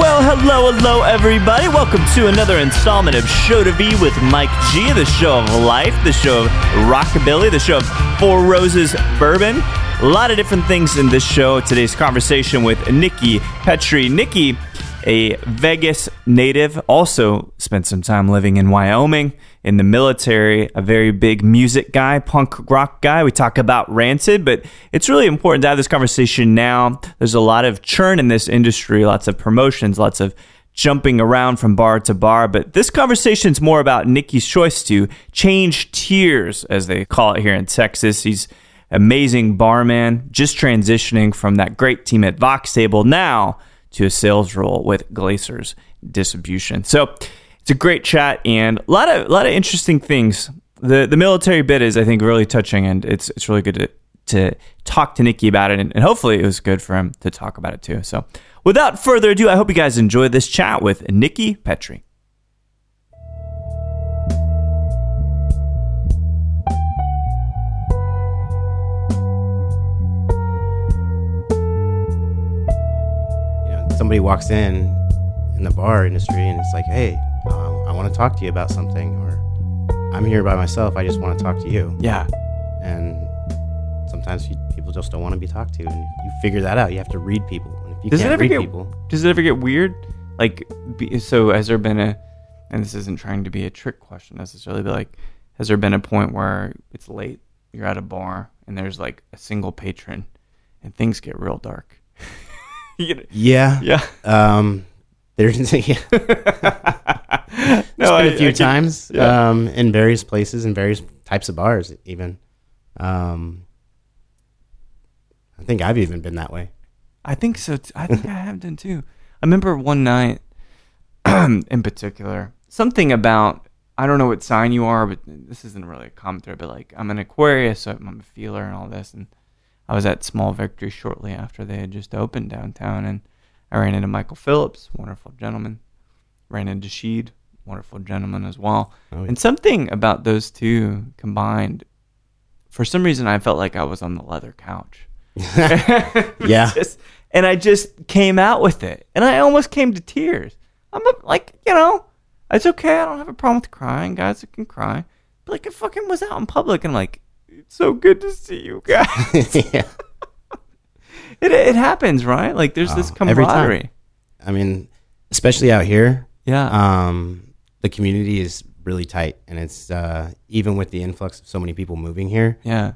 Well, hello, hello, everybody. Welcome to another installment of Show to Be with Mike G, the show of life, the show of rockabilly, the show of Four Roses bourbon. A lot of different things in this show. Today's conversation with Nikki Petrie. Nikki, a Vegas native, also spent some time living in Wyoming in the military, a very big music guy, punk rock guy. We talk about Rancid, but it's really important to have this conversation now. There's a lot of churn in this industry, lots of promotions, lots of jumping around from bar to bar. But this conversation is more about Nikki's choice to change tiers, as they call it here in Texas. He's amazing barman, just transitioning from that great team at Vox Table now to a sales role with Glacers Distribution. So it's a great chat and a lot of a lot of interesting things. The the military bit is I think really touching and it's it's really good to to talk to Nikki about it and, and hopefully it was good for him to talk about it too. So without further ado, I hope you guys enjoy this chat with Nikki Petrie. you know, somebody walks in in the bar industry and it's like, hey, um, I want to talk to you about something, or I'm here by myself. I just want to talk to you. Yeah. And sometimes you, people just don't want to be talked to, and you figure that out. You have to read people. And if you Does can't it ever read get people, Does it ever get weird? Like, be, so has there been a? And this isn't trying to be a trick question necessarily, but like, has there been a point where it's late, you're at a bar, and there's like a single patron, and things get real dark? You know- yeah, yeah. Um, there's yeah, No, been a few I can- times yeah. um, in various places and various types of bars, even. Um, I think I've even been that way. I think so. T- I think I have done too. I remember one night, in particular, something about I don't know what sign you are, but this isn't really a commentary. But like, I'm an Aquarius, so I'm a feeler and all this. And I was at Small Victory shortly after they had just opened downtown, and I ran into Michael Phillips, wonderful gentleman. Ran into Sheed, wonderful gentleman as well. Oh, yeah. And something about those two combined, for some reason, I felt like I was on the leather couch. Yeah. Just- and I just came out with it, and I almost came to tears. I'm a, like, you know, it's okay. I don't have a problem with crying. Guys that can cry, but like, I fucking was out in public, and like, it's so good to see you guys. yeah. it, it happens, right? Like, there's this Oh, every time. camaraderie. I mean, especially out here, Yeah. um, the community is really tight, and it's uh, even with the influx of so many people moving here. yeah.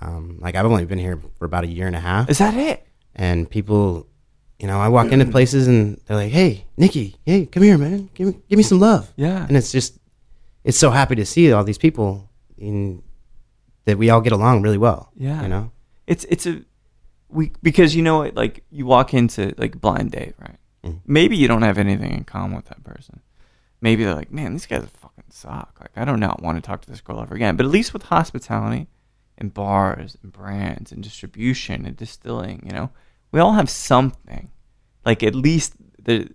Um, like I've only been here for about a year and a half, Is that it? and people, you know, I walk into places and they're like, "Hey, Nikki, hey, come here, man, give me, give me some love." Yeah. and it's just, it's so happy to see all these people in that we all get along really well. Yeah. you know, it's it's a we because you know what like you walk into like blind date right maybe you don't have anything in common with that person maybe they're like man these guys fucking suck like i do not want to talk to this girl ever again but at least with hospitality and bars and brands and distribution and distilling you know we all have something like at least the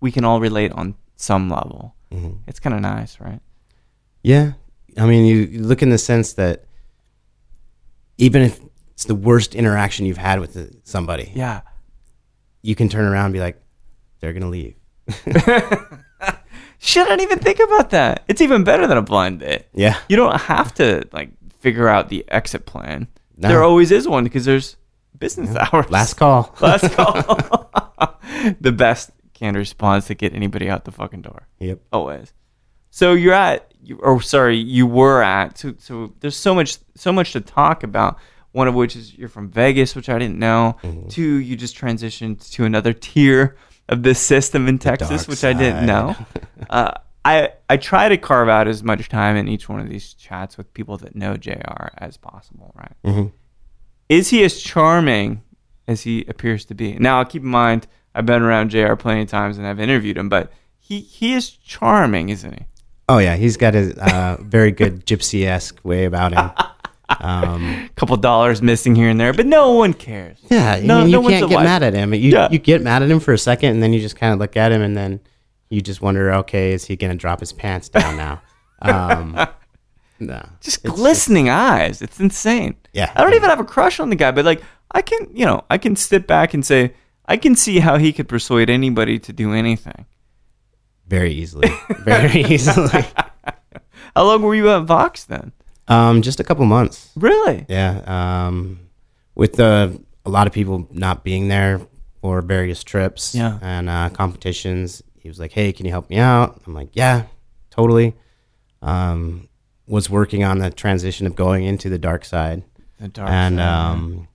we can all relate on some level it's kind of nice right Yeah. I mean, you, you look in the sense that even if it's the worst interaction you've had with the- somebody, yeah you can turn around and be like, they're going to leave. shit i didn't even think about that it's even better than a blind date Yeah. you don't have to like figure out the exit plan. No. There always is one because there's business hours. Last call. last call. the best canned response to get anybody out the fucking door. yep. Always. So you're at, you, or sorry, you were at. So, so there's so much, so much to talk about. One of which is you're from Vegas, which I didn't know. Mm-hmm. Two, you just transitioned to another tier of this system in Texas, dark which I didn't side. know. uh, I I try to carve out as much time in each one of these chats with people that know Jr. as possible. Right? Mhm. Is he as charming as he appears to be? Now, keep in mind, I've been around Jr. plenty of times and I've interviewed him, but he he is charming, isn't he? Oh yeah, he's got a uh, very good gypsy esque way about him. Um, couple dollars missing here and there, but no one cares. yeah, I No- mean, no you one's can't get alive. mad at him. You Yeah. you get mad at him for a second, and then you just kind of look at him, and then you just wonder, okay, is he gonna drop his pants down now? Um, no, Just glistening eyes. It's insane. Yeah. I don't even have a crush on the guy, but like I can, you know, I can sit back and say I can see how he could persuade anybody to do anything. very easily, very easily. How long were you at Vox then? Um, just a couple months. Really? Yeah. Um, with the, a lot of people not being there for various trips Yeah. and uh, competitions, he was like, "Hey, can you help me out?" I'm like, "Yeah, totally." Um, was working on the transition of going into the dark side, The dark and side. uh, um,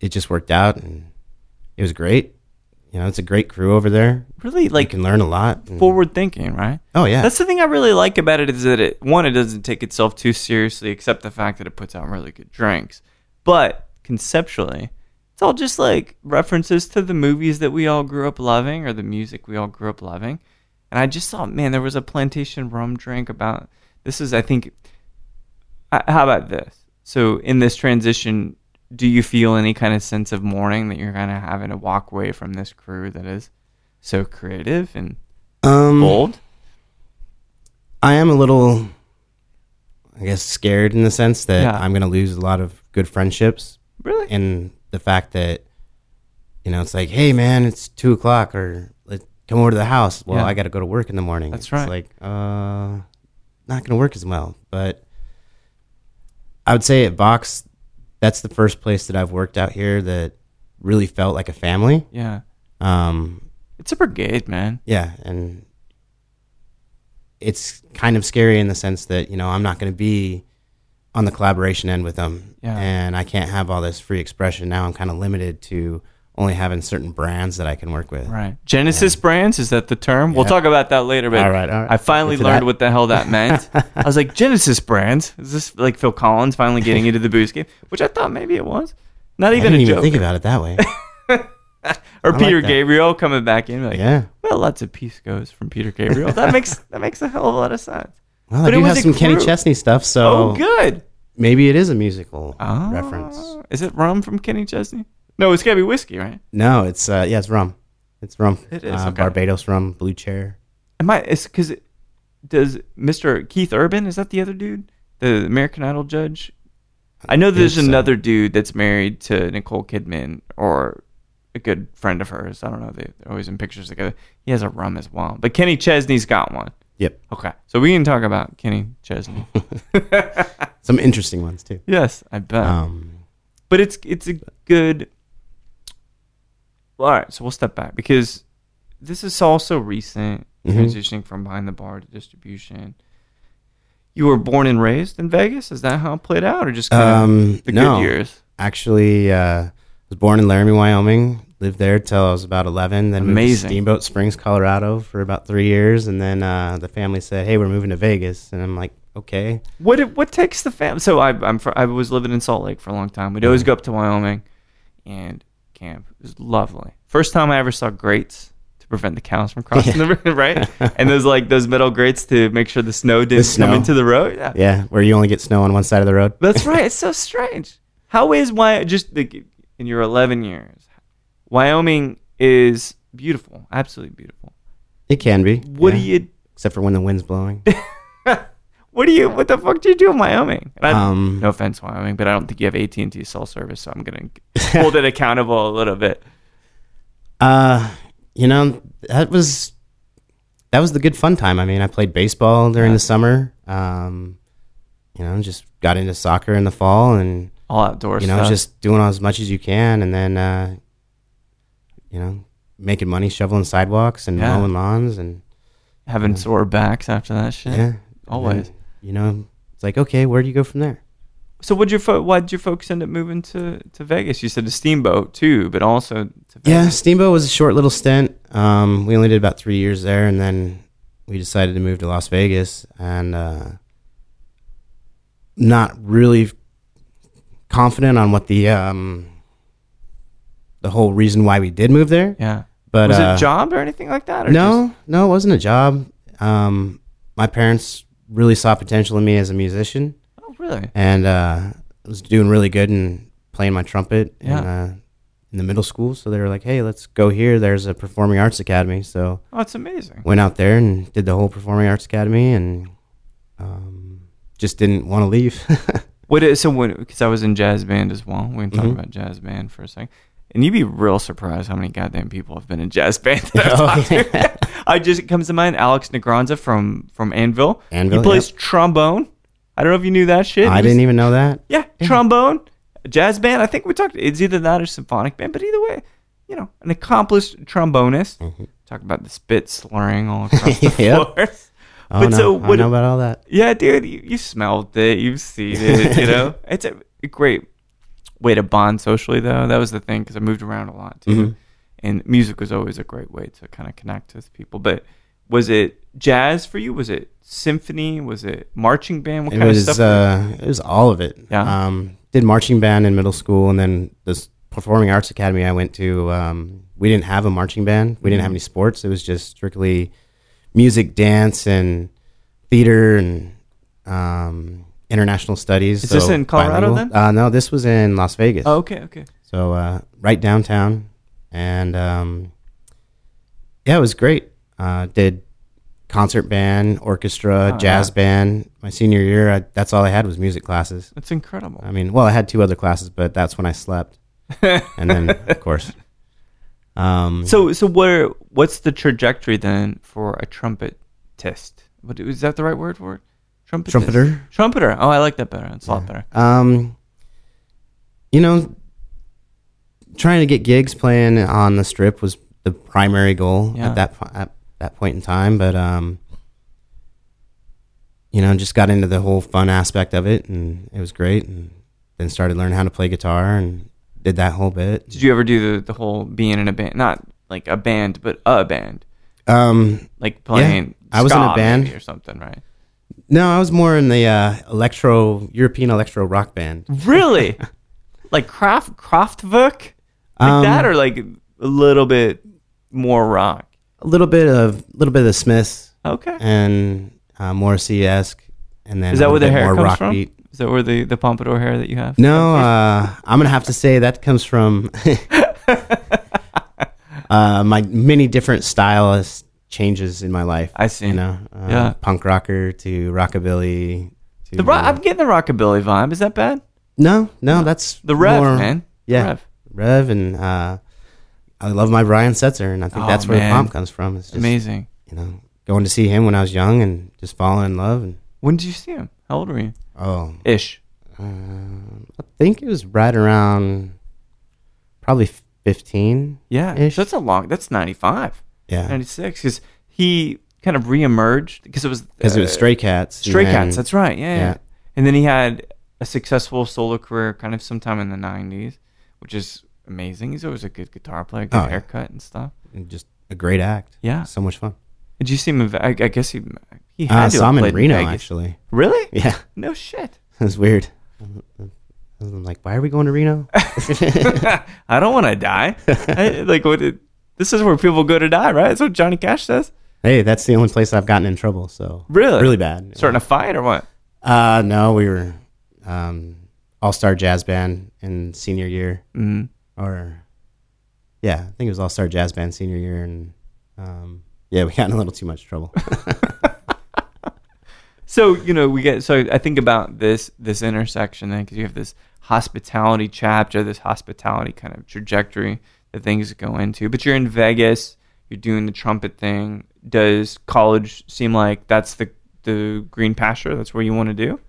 it just worked out, and it was great. You know, it's a great crew over there. really Like, you like can learn a lot. and- forward thinking, right? oh yeah, That's the thing I really like about it is that it one, it doesn't take itself too seriously, except the fact that it puts out really good drinks. But conceptually, it's all just like references to the movies that we all grew up loving or the music we all grew up loving. And I just thought, man, there was a plantation rum drink about this is I think I- how about this? So in this transition, do you feel any kind of sense of mourning that you're kind of having to walk away from this crew that is so creative and um, bold? I am a little, I guess, scared in the sense that Yeah. I'm going to lose a lot of good friendships, Really? and the fact that, you know, it's like, hey, man, it's two o'clock, or let come over to the house. Well, Yeah. I got to go to work in the morning. That's It's right. like, uh, not going to work as well. But I would say at Vox, that's the first place that I've worked out here that really felt like a family. Yeah. Um, It's a brigade, man. yeah, and it's kind of scary in the sense that you know I'm not going to be on the collaboration end with them, Yeah. and I can't have all this free expression now. I'm kind of limited to only having certain brands that I can work with. Right. Genesis brands, is that the term? We'll Yeah. talk about that later, but All right, all right. I finally Get to learned that. what the hell that meant. I was like, Genesis brands? Is this like Phil Collins finally getting into the booze game? Which I thought maybe it was. Not I even didn't a even joke. think about it that way. or like Peter that. Gabriel coming back in. Like, yeah. Well, lots of piscos from Peter Gabriel. That makes that makes a hell of a lot of sense. Well, But I it do was have a some Kenny crew. Chesney stuff, so Oh, good. maybe it is a musical Ah, reference. Is it rum from Kenny Chesney? No, it's gotta be whiskey, right? No, it's uh, yeah, it's rum. It's rum. It is, uh, okay. Barbados rum, blue chair. Am I? It's because it, does Mr. Keith Urban is that the other dude, the American Idol judge? I know think there's so. another dude that's married to Nicole Kidman or a good friend of hers. I don't know. They- They're always in pictures together. He has a rum as well, but Kenny Chesney's got one. Yep, Okay, so we can talk about Kenny Chesney. some interesting ones too. yes, I bet. Um, but it's it's a good. Well, all right, so we'll step back because this is also recent Mhm. transitioning from behind the bar to distribution. You were born and raised in Vegas. Is that how it played out, or just kind of um, the no. good years? actually uh, was born in Laramie, Wyoming. Lived there till I was about 11. Then moved Amazing. to Steamboat Springs, Colorado, for about three years, and then uh, the family said, "Hey, we're moving to Vegas," and I'm like, "Okay." What it- what takes the fam? So I I'm fr- I was living in Salt Lake for a long time. We'd Mm-hmm. always go up to Wyoming, and camp it was lovely. First time I ever saw grates to prevent the cows from crossing the river, right? and those like those metal grates to make sure the snow didn't snow. come into the road. Yeah. Yeah, where you only get snow on one side of the road. That's right. It's so strange. How is Wyoming just like in your 11 years? Wyoming is beautiful, absolutely beautiful. It can be. What yeah, do you? Except for when the wind's blowing. What do you? What the fuck do you do in Wyoming? And I, Um, no offense, Wyoming, but I don't think you have AT and T cell service, so I'm gonna hold it accountable a little bit. Uh, you know, that was that was the good fun time. I mean, I played baseball during the summer. Um, you know, just got into soccer in the fall and All outdoors. you know, stuff. just doing as much as you can, and then uh, you know, making money shoveling sidewalks and Yeah. mowing lawns, and having sore backs after that shit. yeah, And Always. then, you know, it's like okay, where do you go from there? So, would your fo- why'd your folks end up moving to, to Vegas? You said a steamboat too, but also to Vegas. Yeah, Steamboat was a short little stint. Um, we only did about three years there, and then we decided to move to Las Vegas, and uh, not really confident on what the um, the whole reason why we did move there. yeah, But was uh, it job or anything like that? Or no, no, it wasn't a job. Um, my parents really saw potential in me as a musician, just- oh, really? and uh, I was doing really good and playing my trumpet in, Yeah. uh, in the middle school. So they were like, "Hey, let's go here. There's a performing arts academy." So Oh, it's amazing. went out there and did the whole performing arts academy, and um, just didn't want to leave. What is so when because I was in jazz band as well. We can talk Mhm. about jazz band for a second. And you'd be real surprised how many goddamn people have been in jazz band. That I've Oh, talked to. I just it comes to mind Alex Negranza from from Anvil. Anvil, He plays trombone. I don't know if you knew that shit. I He was- didn't e-, even know that. Yeah, trombone, jazz band. I think we talked. It's either that or symphonic band. But either way, you know, an accomplished trombonist. Talk about the spit slurring all across the Mm-hmm. Yep. floor. Oh But no, so I what- know about all that. Yeah, dude, you, you smelled it, you've seen it, you know. It's a great way to bond socially, though. That was the thing because I moved around a lot too, Mm-hmm. and music was always a great way to kind of connect with people. But was it jazz for you? Was it symphony? Was it marching band? What It kind was of stuff? uh, it was all of it. Yeah. Um, did marching band in middle school, and then this performing arts academy I went to. Um, we didn't have a marching band. We Mm-hmm. didn't have any sports. It was just strictly music, dance, and theater, and um, international studies. Is this in Colorado, then? Uh, no, this was in Las Vegas. oh, okay, okay. So uh, right downtown, and um, yeah, it was great. Uh, did concert band, orchestra, jazz band. My senior year, I, that's all I had was music classes. That's incredible. I mean, well, I had two other classes, but that's when I slept, and then of course. Um, So, so where? What's the trajectory then for a trumpetist? What is that the right word for it? Trumpetist? Trumpeter. Trumpeter. Oh, I like that better. It's a lot better. Um, you know, trying to get gigs playing on the strip was the primary goal Yeah. at that po- at that point in time. But um, you know, just got into the whole fun aspect of it, and it was great. And then started learning how to play guitar and did that whole bit. Did you ever do the, the whole being in a band? Not like a band, but a band. Um, Like playing. I was in a ska band. maybe or something, right? no, I was more in the uh, electro European electro rock band. Really? like Kraft Kraftwerk, like Um, that, or like a little bit more rock. A little bit of little bit of the Smiths Okay. and uh, Morrissey esque, and then Is a that little where the bit hair more comes rock from? beat. Is that where the the pompadour hair that you have? No, uh, I'm gonna have to say that comes from uh, my many different stylist changes in my life. I see. You know, uh, Yeah. punk rocker to rockabilly. To, The ro- I'm getting the rockabilly vibe. Is that bad? no, no, that's The rev, more- man. Yeah, Rev. rev, and uh, I love my Brian Setzer, and I think Oh, that's where man. the pomp comes from. It's just Amazing. you know going to see him when I was young and just falling in love. And When did you see him? How old were you? oh, Ish. Um, I think it was right around probably 15. Yeah. Ish. So that's a long. That's 95, Yeah. 96. Because he kind of reemerged because it was Because it was uh, Stray Cats. and Stray then- Cats. That's right. Yeah, yeah. Yeah. And then he had a successful solo career, kind of sometime in the '90s, which is amazing. He's always a good guitar player, good Oh, yeah. haircut and stuff. and just a great act. Yeah. So much fun. Did you see him? In, Ve- I, I guess he he had Uh, to saw have him played in Reno, Vegas. actually. Really? Yeah. No shit. It was weird. I'm like, why are we going to Reno? I don't want to die. I- like what? It, this is where people go to die, right? That's what Johnny Cash says. hey, that's the only place I've gotten in trouble. So Really? really bad. Starting a fight or what? Uh, no, we were um, all star jazz band in senior year, Mm. or yeah, I think it was all star jazz band senior year, and um, yeah, we got in a little too much trouble. So you know we get. So I think about this this intersection then because you have this hospitality chapter, this hospitality kind of trajectory that things go into. But you're in Vegas, you're doing the trumpet thing. Does college seem like that's the the green pasture? That's where you want to do?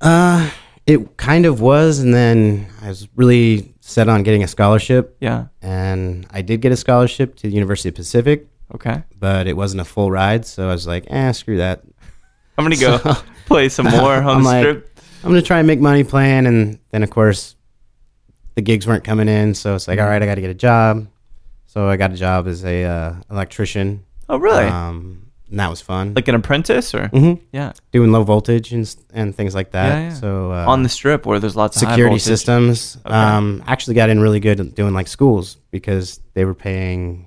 Uh, it kind of was, and then I was really set on getting a scholarship, Yeah. and I did get a scholarship to the University of Pacific, Okay. but it wasn't a full ride, so I was like, eh, screw that. I'm gonna go play some more on I'm the like- strip. I'm gonna try and make money playing, and then of course, the gigs weren't coming in, so it's like, all right, I got to get a job. So I got a job as a uh, electrician. Oh really? Um, and that was fun. like an apprentice or? Mhm. Yeah. doing low voltage and s- and things like that. Yeah, yeah. So uh, on the strip where there's lots of high security voltage. systems. Um, actually got in really good at doing like schools because they were paying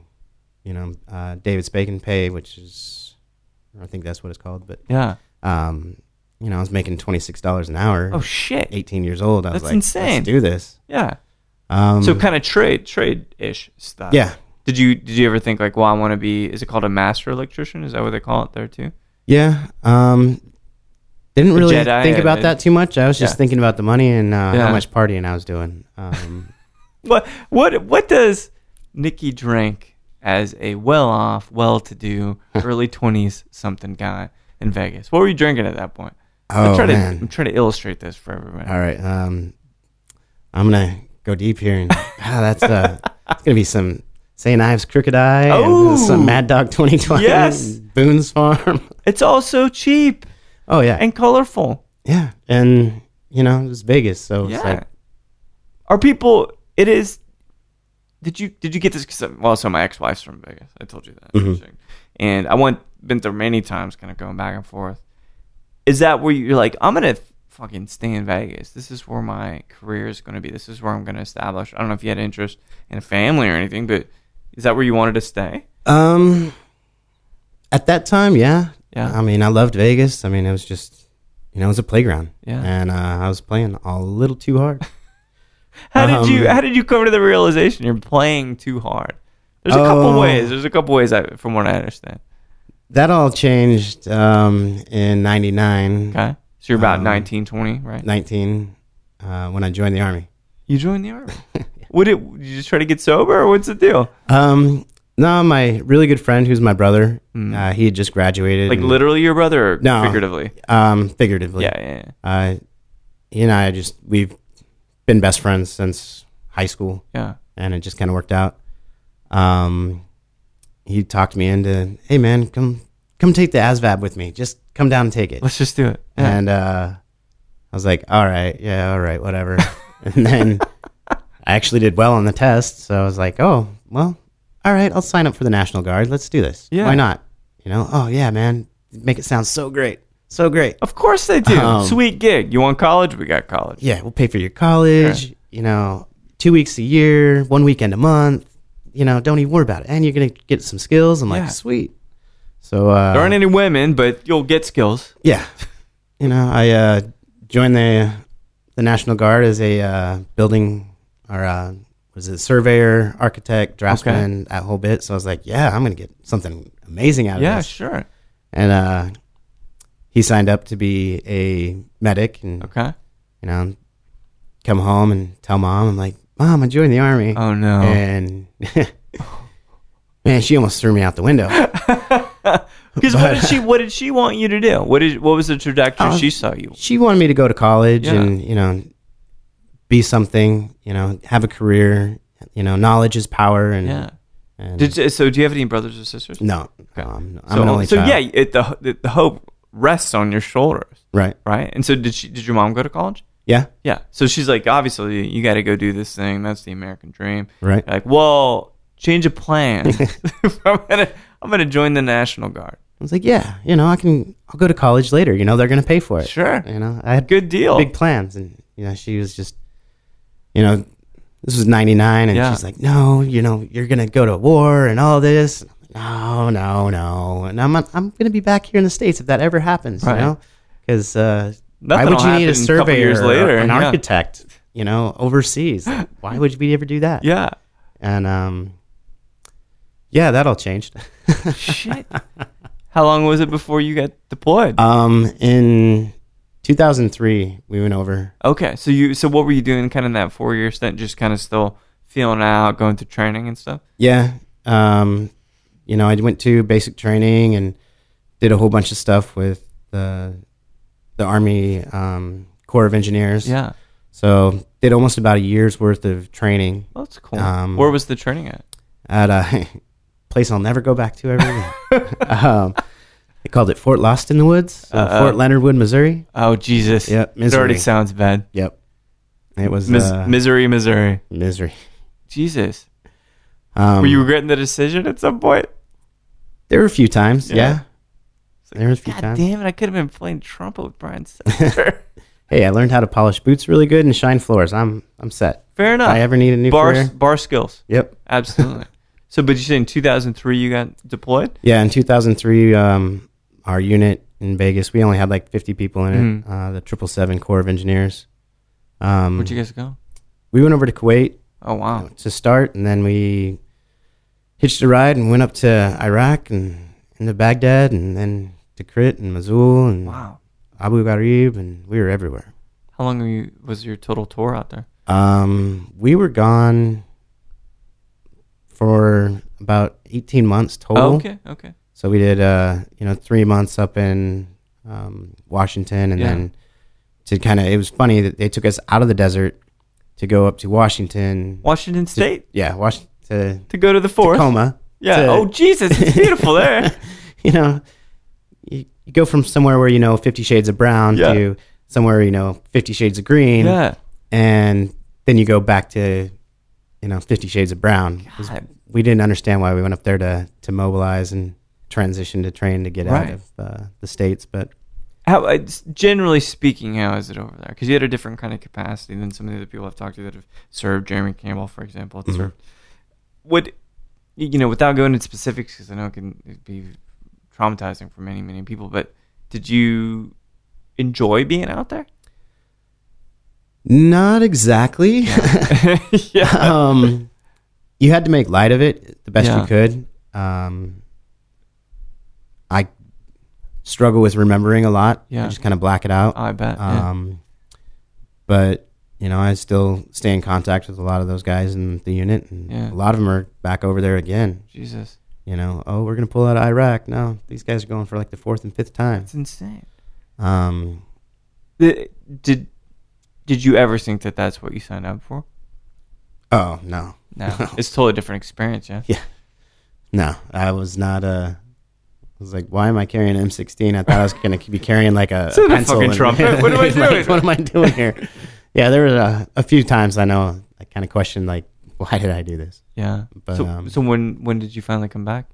you know, uh, David Spade and Pay, which is, I think that's what it's called. But, Yeah. um, you know, I was making twenty six dollars an hour. Oh shit. 18 years old. I was That's like, insane. let's do this. Yeah. Um, So kind of trade trade ish stuff. yeah, Did you did you ever think like, well, I want to be? Is it called a master electrician? Is that what they call it there too? yeah. Um, didn't The really Jedi think and about the- that too much. I was just Yeah. thinking about the money and uh, Yeah. how much partying I was doing. Um, What what what does Nikki drink as a well off, well to do, early twenties something guy in Vegas? What were you drinking at that point? I'm oh trying man! to I'm trying to illustrate this for everyone. All right, um, I'm gonna go deep here, and ah, that's uh, it's gonna be some St. Ives Crooked Eye, Oh! and uh, some Mad Dog 2020, Yes! Boone's Farm. It's also cheap Oh yeah, and colorful. yeah, and you know it was Vegas, so it's Yeah. like Are people? It is. Did you did you get this? 'cause, uh, well, so my ex wife's from Vegas. I told you that, Mm-hmm. and I went been there many times, kind of going back and forth. Is that where you're like, I'm gonna fucking stay in Vegas? This is where my career is gonna be. This is where I'm gonna establish. I don't know if you had interest in a family or anything, but is that where you wanted to stay? Um, at that time, yeah, Yeah. I mean, I loved Vegas. I mean, it was just, you know, it was a playground. Yeah. and uh, I was playing a little too hard. How did you Um, How did you come to the realization you're playing too hard? There's a couple Oh. ways. There's a couple ways I, from what I understand. that all changed um, in '99, Okay, so you're about Um, nineteen, twenty, 19, 20, right? 19, uh, when I joined the army. You joined the army. Would it? You just try to get sober, or what's the deal? Um, no, my really good friend, who's my brother, uh, he had just graduated. Mm. Like and, literally your brother, or Mm. No. figuratively? um, figuratively. Yeah, yeah, yeah, Uh, he and I just we've been best friends since high school. yeah. and it just kind of worked out. Um, he talked me into, hey man, come come take the ASVAB with me. Just come down and take it. Let's just do it. Yeah. And uh, I was like, all right, yeah, all right, whatever. and then I actually did well on the test, so I was like, oh well, all right, I'll sign up for the National Guard. Let's do this. Yeah. Why not? You know? Oh yeah, man, make it sound so great, so great. of course they do. Um, Sweet gig. You want college? We got college. yeah, we'll pay for your college, you know, two weeks a year, one weekend a month, you know, don't even worry about it. And you're going to get some skills. I'm Yeah. like, sweet. So, uh, There aren't any women, but you'll get skills. yeah, you know, I, uh, joined the, the National Guard as a, uh, building or, uh, was it surveyor, architect, draftsman, that whole bit. So I was like, yeah, I'm going to get something amazing out of Yeah, this. sure. And, uh, he signed up to be a medic and Okay. you know, come home and tell mom, I'm like, Mom, I joined the army. Oh no. And man, she almost threw me out the window. Because what did she? What did she want you to do? What did? What was the trajectory Uh, she saw you? She wanted me to go to college Yeah. and, you know, be something, you know, have a career. You know, knowledge is power. And, Yeah. and Did so? Do you have any brothers or sisters? no, um, I'm so, an only so child. yeah, it, the, the the hope rests on your shoulders, Right. right? And so did she? Did your mom go to college? Yeah. Yeah. So she's like, obviously, you got to go do this thing. That's the American dream. Right. Like, well, change of plan. I'm gonna, I'm gonna join the National Guard. I was like, yeah, you know, I can, I'll go to college later. You know, they're going to pay for it. Sure. You know, I had Good deal. big plans and you know she was just you know this was 99 and Yeah. she's like no you know you're gonna go to war and all this no no no and i'm i'm gonna be back here in the states if that ever happens Right. you know because uh why Nothing would will you need a happen a couple surveyor years later, or an yeah. architect you know overseas Like, why would we ever do that Yeah. and um yeah that all changed Shit. How long was it before you got deployed? um in 2003 we went over okay. So you, so what were you doing? Kind of that four year stint, just kind of still feeling out, going through training and stuff. Yeah. Um, you know, I went to basic training and did a whole bunch of stuff with the the Army um, Corps of Engineers. Yeah. So did almost about a year's worth of training Well, that's cool. Um, Where was the training at? at a place I'll never go back to ever again. um, they called it Fort Lost in the Woods, so Uh-uh. Fort Leonard Wood, Missouri. Oh Jesus. Yep, It already misery. sounds bad. Yep. It was Mis- uh, misery, Hmm. Missouri. misery. Jesus. Um, Were you regretting the decision at some point? there were a few times. Yeah. Yeah. It's like, there were a few God times. damn it! I could have been playing trumpet with Brian Setzer. Hey, I learned how to polish boots really good and shine floors. I'm I'm set. Fair If enough. I ever need a new bar career. bar skills. Yep. Absolutely. So, but you said in 2003 you got deployed? Yeah, in 2003, um, our unit in Vegas, we only had like 50 people in it. Mm-hmm. Uh, the Triple Seven Corps of Engineers. Um, Where'd you guys go? we went over to Kuwait Oh, wow. to start, and then we hitched a ride and went up to Iraq and into Baghdad, and then to Crit and Mosul and Wow. Abu Ghraib, and we were everywhere. How long were you, was your total tour out there? Um, we were gone for about 18 months total. Oh, okay. Okay. So we did, uh, you know, three months up in um, Washington, and Yeah. then to kind of it was funny that they took us out of the desert to go up to Washington. Washington State Yeah, Washington to to go to the fourth. Tacoma. yeah. to- oh, Jesus. It's beautiful there. you know, you, you go from somewhere where you know Fifty Shades of Brown Yeah. to somewhere you know Fifty Shades of Green, yeah. and then you go back to you know Fifty Shades of Brown. 'Cause God. We didn't understand why we went up there to to mobilize and transition to train to get Right. out of uh, the states, but. How, uh, s- generally speaking, how is it over there? Because you had a different kind of capacity than some of the other people I've talked to that have served. Jeremy Campbell, for example, had served. What, y- you know, without going into specifics, because I know it can it'd be traumatizing for many, many people. But did you enjoy being out there? Not exactly. yeah. um, you had to make light of it the best Yeah. you could. Um, I struggle with remembering a lot. Yeah. I just kind of black it out. Oh, I bet. yeah. Um, but you know, I still stay in contact with a lot of those guys in the unit, and Yeah. a lot of them are back over there again. Jesus, You know, oh, we're gonna pull out of Iraq. No, these guys are going for like the fourth and fifth time. it's insane. Um, The- did did you ever think that that's what you signed up for? oh no, No, it's totally different experience. Yeah. No, I was not. Uh, I was like, why am I carrying an M16? I thought I was going to be carrying like a, So a the pencil. fucking and- trumpet. What am I like, doing? what am I doing here? yeah, there were a, a few times I know I kind of questioned like, why did I do this? Yeah. But, so, um, so when when did you finally come back?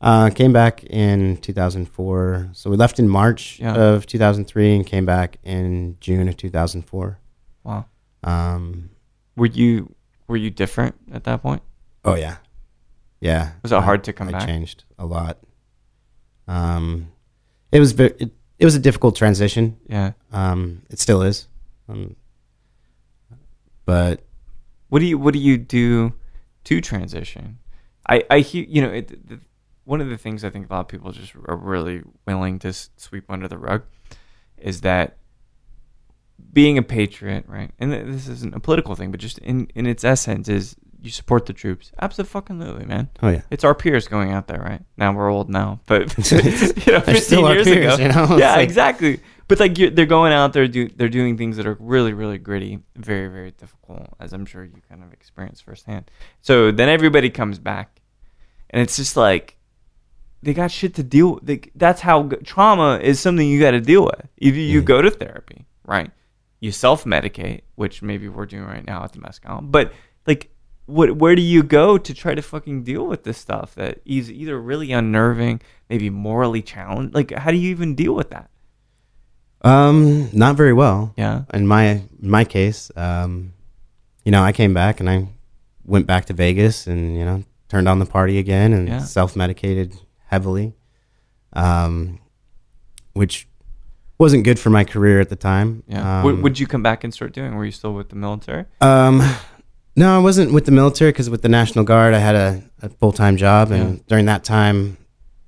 Uh, came back in 2004. So we left in March Yeah. of 2003 and came back in June of 2004. Wow. Um, Were you were you different at that point? oh yeah, yeah. Was it I- hard to come I back? changed a lot. Um, it was ve- it, it was a difficult transition. Yeah. Um, it still is. Um, but What do you what do you do to transition? I I hear you know it, the, one of the things I think a lot of people just are really willing to s- sweep under the rug is that being a patriot, right? And th- this isn't a political thing, but just in in its essence is you support the troops. Absolutely, man. oh yeah, It's our peers going out there, right? Now we're old now, but you know, 15 still our years peers, ago, you know? It's yeah, like- exactly. But like you're, they're going out there, do, they're doing things that are really, really gritty, very, very difficult, as I'm sure you kind of experienced firsthand. So then everybody comes back, and it's just like they got shit to deal with. Like, that's how g- trauma is something you got to deal with. Either you go to therapy, right? You self medicate, which maybe we're doing right now at the Mescal, but like, what, where do you go to try to fucking deal with this stuff that is either really unnerving, maybe morally challenged? Like, how do you even deal with that? um, not very well. Yeah. In my in my case, um, you know, I came back and I went back to Vegas and you know turned on the party again and Yeah. self medicated heavily, um, which wasn't good for my career at the time. Yeah. Um, what would you come back and start doing? Were you still with the military? Um, no, I wasn't with the military because with the National Guard, I had a, a full time job, and during that time,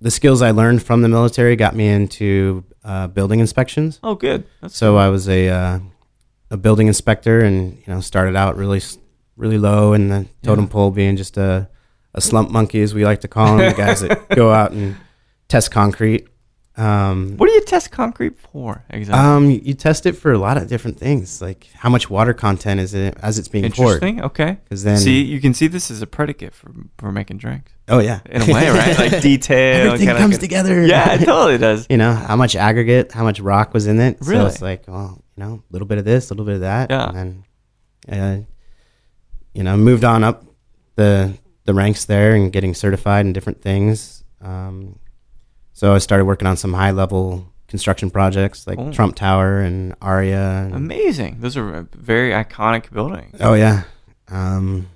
the skills I learned from the military got me into uh, building inspections. Oh, good. That's So I was a uh, a building inspector, and you know, started out really s- really low in the totem pole, being just a a slump monkey, as we like to call them, the guys that go out and test concrete. Um, what do you test concrete for exactly? um, you test it for a lot of different things, like how much water content is it as it's being poured. Interesting. Okay. 'Cause then- see, you can see this is a predicate for for making drinks Oh yeah, in a way, right? Like detail. Everything kinda- comes together. Yeah, it totally does. you know how much aggregate, how much rock was in it. So Really? it's like, well, you know, a little bit of this, a little bit of that, Yeah. and then, uh, you know, moved on up the the ranks there and getting certified in different things. Um, so I started working on some high level construction projects like Oh. Trump Tower and Aria. And, Amazing. Those are uh, very iconic buildings. oh yeah, um,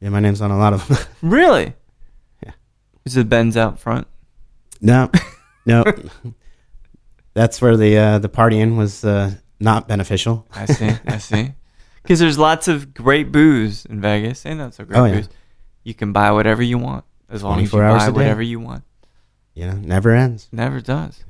yeah, my name's on a lot of. Really? Is the Benz out front? No, no. That's where the uh, the partying was uh, not beneficial. I see. I see. Because there's lots of great booze in Vegas and not so great Oh, yeah. booze. You can buy whatever you want as long as you 24 hours buy a day. whatever you want. You know, never ends. Never does.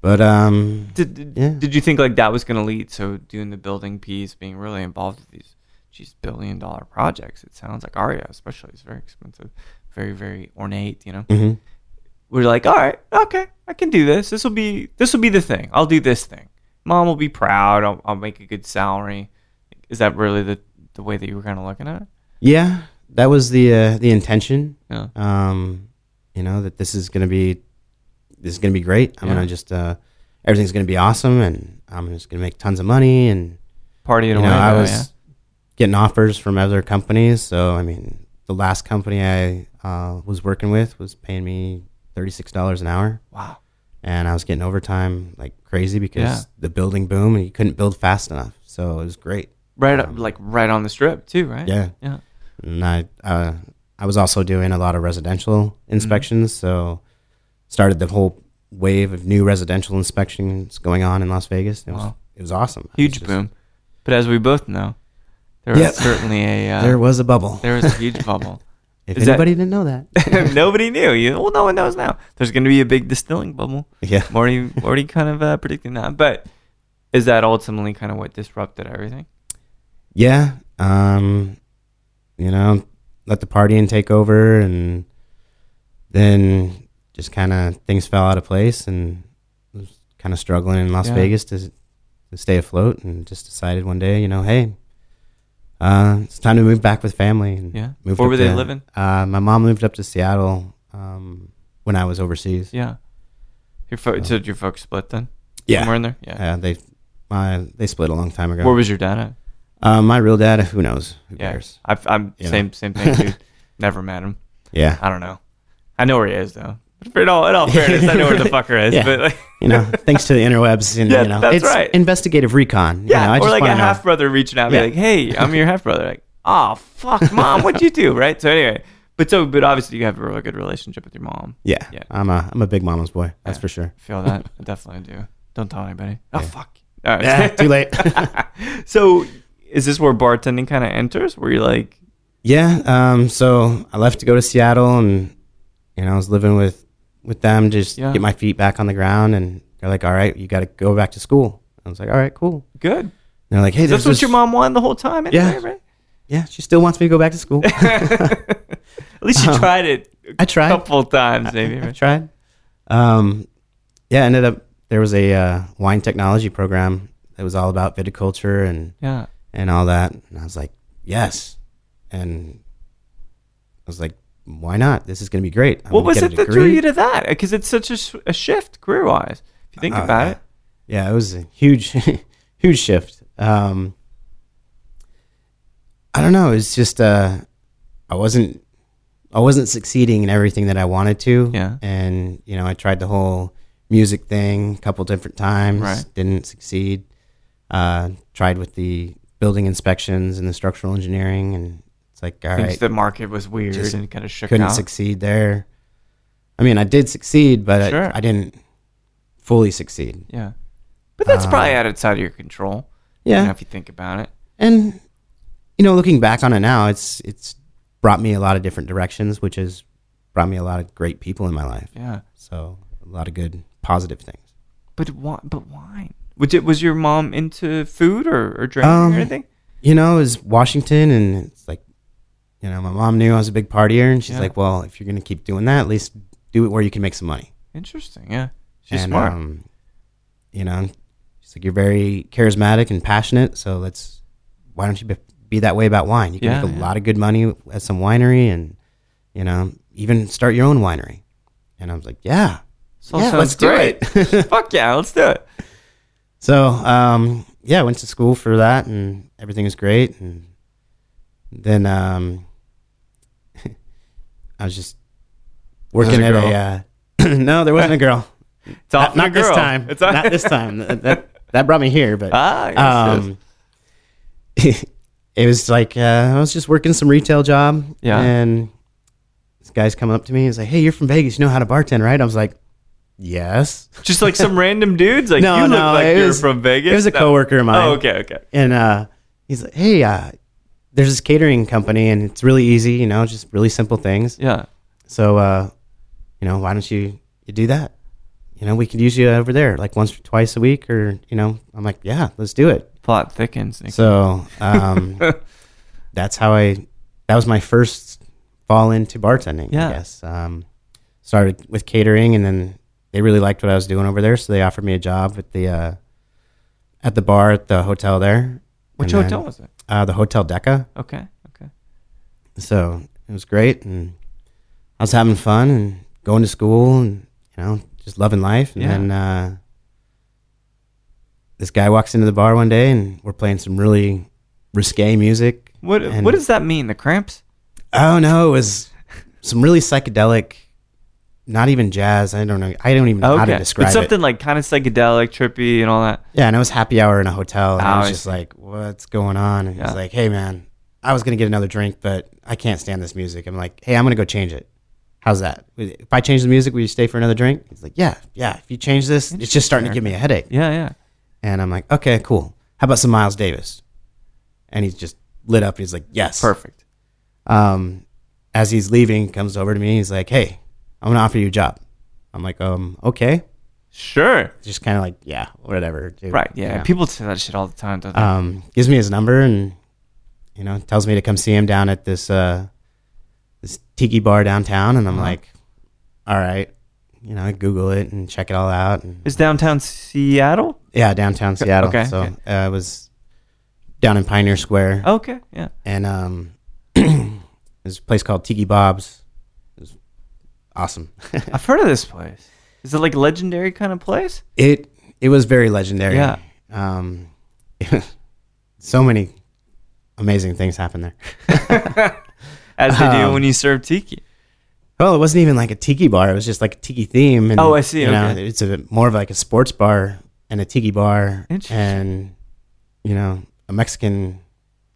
But um, Did did, Yeah. did you think like that was going to lead? So doing the building piece, being really involved with these, geez, billion dollar projects. It sounds like Aria, especially, is very expensive, very very ornate. You know, mhm. we're like, all right, okay, I can do this. This will be this will be the thing. I'll do this thing. Mom will be proud. I'll, I'll make a good salary. Is that really the the way that you were kind of looking at it? yeah, that was the uh, the intention. Yeah. Um, you know that this is gonna be this is gonna be great. I'm Yeah. gonna just uh, everything's gonna be awesome, and I'm just gonna make tons of money. And Party it you away. know, I though, was yeah. getting offers from other companies. So I mean, the last company I uh, was working with was paying me thirty six dollars an hour. Wow. and I was getting overtime like crazy because Yeah. the building boom and you couldn't build fast enough. So it was great. Right, up like right on the strip too, right? Um, Yeah. Yeah. And I uh, I was also doing a lot of residential Mm-hmm. inspections, so started the whole wave of new residential inspections going on in Las Vegas. It was Wow. it was awesome. I Huge was just- boom. But as we both know, there Yep. was certainly a uh, There was a bubble. there was a huge bubble. if is that- anybody didn't know that, Nobody knew. You well, no one knows now. There's going to be a big distilling bubble. yeah, I'm already, already kind of uh, predicting that. But is that ultimately kind of what disrupted everything? yeah. Um, you know, let the partying take over, and then just kind of things fell out of place, and was kind of struggling in Las Yeah. Vegas to to stay afloat, and just decided one day, you know, hey, uh, it's time to move back with family. And Yeah. moved Where up were they to- living? Uh, my mom moved up to Seattle um, when I was overseas. Yeah. Your fo- so did your folks split then? Somewhere in there. Yeah. Uh, they my they split a long time ago. Where was your dad at? uh, my real dad? Who knows? Who Yeah. cares? I, I'm You know. same same thing. Dude. Never met him. Yeah. I don't know. I know where he is though. In all, in all fairness, I know where the fucker is. Yeah. But like, you know, thanks to the interwebs. And, Yeah, you know, that's it's right. Investigative recon. Yeah, you know, I or just like wanna a know. half brother reaching out, and Yeah. be like, "Hey, I'm your half brother." Like, oh fuck, mom, what'd you do? Right. So anyway, but so but obviously you have a really good relationship with your mom. Yeah, Yeah. I'm a I'm a big mama's boy. That's Yeah. for sure. I feel that I definitely do. Don't tell anybody. Oh Yeah. fuck. All right. Yeah, too late. so is this where bartending kind of enters? Where you're like, yeah. Um. So I left to go to Seattle, and you know, I was living with with them, just Yeah. get my feet back on the ground, and they're like, "All right, you got to go back to school." I was like, "All right, cool." good. And they're like, "Hey, That's there's what this- your mom wanted the whole time. Anyway, Yeah. Right. Yeah, she still wants me to go back to school. At least you tried it. a Uh-huh. I tried. Couple times, maybe. I Right? tried. Um, yeah, ended up there was a uh, wine technology program that was all about viticulture and Yeah. and all that. And I was like, yes. And I was like, why not? This is going to be great. I'm What gonna was get a it that drew degree. you to that? Because it's such a, sh- a shift career wise. If you think Uh, about it. Yeah, it was a huge, huge shift. Um, I don't know. It's just uh, I wasn't, I wasn't succeeding in everything that I wanted to. Yeah. and you know, I tried the whole music thing a couple different times. Right. didn't succeed. Uh, tried with the building inspections and the structural engineering, and it's like, all Thinks right, the market was weird Just and kind of shook couldn't out. succeed there. I mean, I did succeed, but Sure. I, I didn't fully succeed. yeah, but Uh, that's probably outside of your control. you Yeah, know, if you think about it. and you know looking back on it now it's it's brought me a lot of different directions which has brought me a lot of great people in my life Yeah, so a lot of good positive things but why? But why? Was it was your mom into food or, or drinking Um, or anything? you know is washington and it's like you know my mom knew i was a big partier and she's Yeah. like well if you're gonna keep doing that at least do it where you can make some money Interesting. Yeah, she's and smart. um you know she's like you're very charismatic and passionate so let's why don't you be, be that way about wine you can Yeah, make a yeah. lot of good money at some winery and you know even start your own winery and i was like yeah So yeah, let's do it. Fuck yeah, let's do it. so um yeah I went to school for that and everything was great and then um i was just Was working it a at girl? a uh, no there wasn't a girl It's off not, not the girl. this time. It's off- not this time. Th- that that brought me here, but Ah, yes, um, it was like uh, I was just working some retail job, Yeah. and it's guy's coming up to me. He's like, "Hey, you're from Vegas. You know how to bartend, right?" I was like, "Yes." Just like some random dudes. Like No, you look no, like it you're was- from Vegas. It was a No. coworker of mine. Oh, okay, okay. and uh, he's like, "Hey, uh, there's this catering company, and it's really easy, you know, just really simple things. Yeah. So, uh, you know, why don't you, you do that? You know, we could use you over there, like once or twice a week, or you know." I'm like, "Yeah, let's do it." Plot thickens. Nick. So um, that's how I. That was my first fall into bartending. Yeah. I guess um, started with catering, and then they really liked what I was doing over there, so they offered me a job at the uh, at the bar at the hotel there. Which And then- hotel was it? uh, the Hotel Decca. Okay. Okay. So it was great, and I was having fun and going to school, and you know, just loving life. And Yeah. then uh, this guy walks into the bar one day, and we're playing some really risque music. What and- What does that mean? The cramps? Oh no, it was some really psychedelic, not even jazz. I don't know. I don't even know how to describe it's it. something like kind of psychedelic, trippy, and all that. Yeah, and it was happy hour in a hotel, and Oh, I was I just see. like, "What's going on?" And Yeah. he's like, "Hey, man, I was gonna get another drink, but I can't stand this music." I'm like, "Hey, I'm gonna go change it. How's that? If I change the music, will you stay for another drink?" He's like, "Yeah, yeah. If you change this, it's just starting to give me a headache." Yeah, yeah. And I'm like, "Okay, cool. How about some Miles Davis?" And he's just lit up. He's like, "Yes, Perfect. um, as he's leaving, he comes over to me. He's like, "Hey, I'm gonna offer you a job." I'm like, "Um, okay." Sure. Just kind of like, "Yeah, whatever." dude." Right. Yeah. Uh, You know? People say that shit all the time. Don't they? um, gives me his number and you know tells me to come see him down at this uh, this tiki bar downtown, and I'm Uh-huh. like, all right, you know, I Google it and check it all out, and Is downtown Seattle? yeah, downtown Seattle. okay, so okay. Uh, I was down in Pioneer Square, Okay. Yeah. and um, there's a place called Tiki Bob's. It was awesome. I've heard of this place. Is it like legendary kind of place? it it was very legendary. Yeah. Um, so many amazing things happened there. As they do Um, when you serve tiki. Well, it wasn't even like a tiki bar. It was just like a tiki theme. And, Oh, I see, You know, okay. it's a more of like a sports bar and a tiki bar Interesting. and you know a Mexican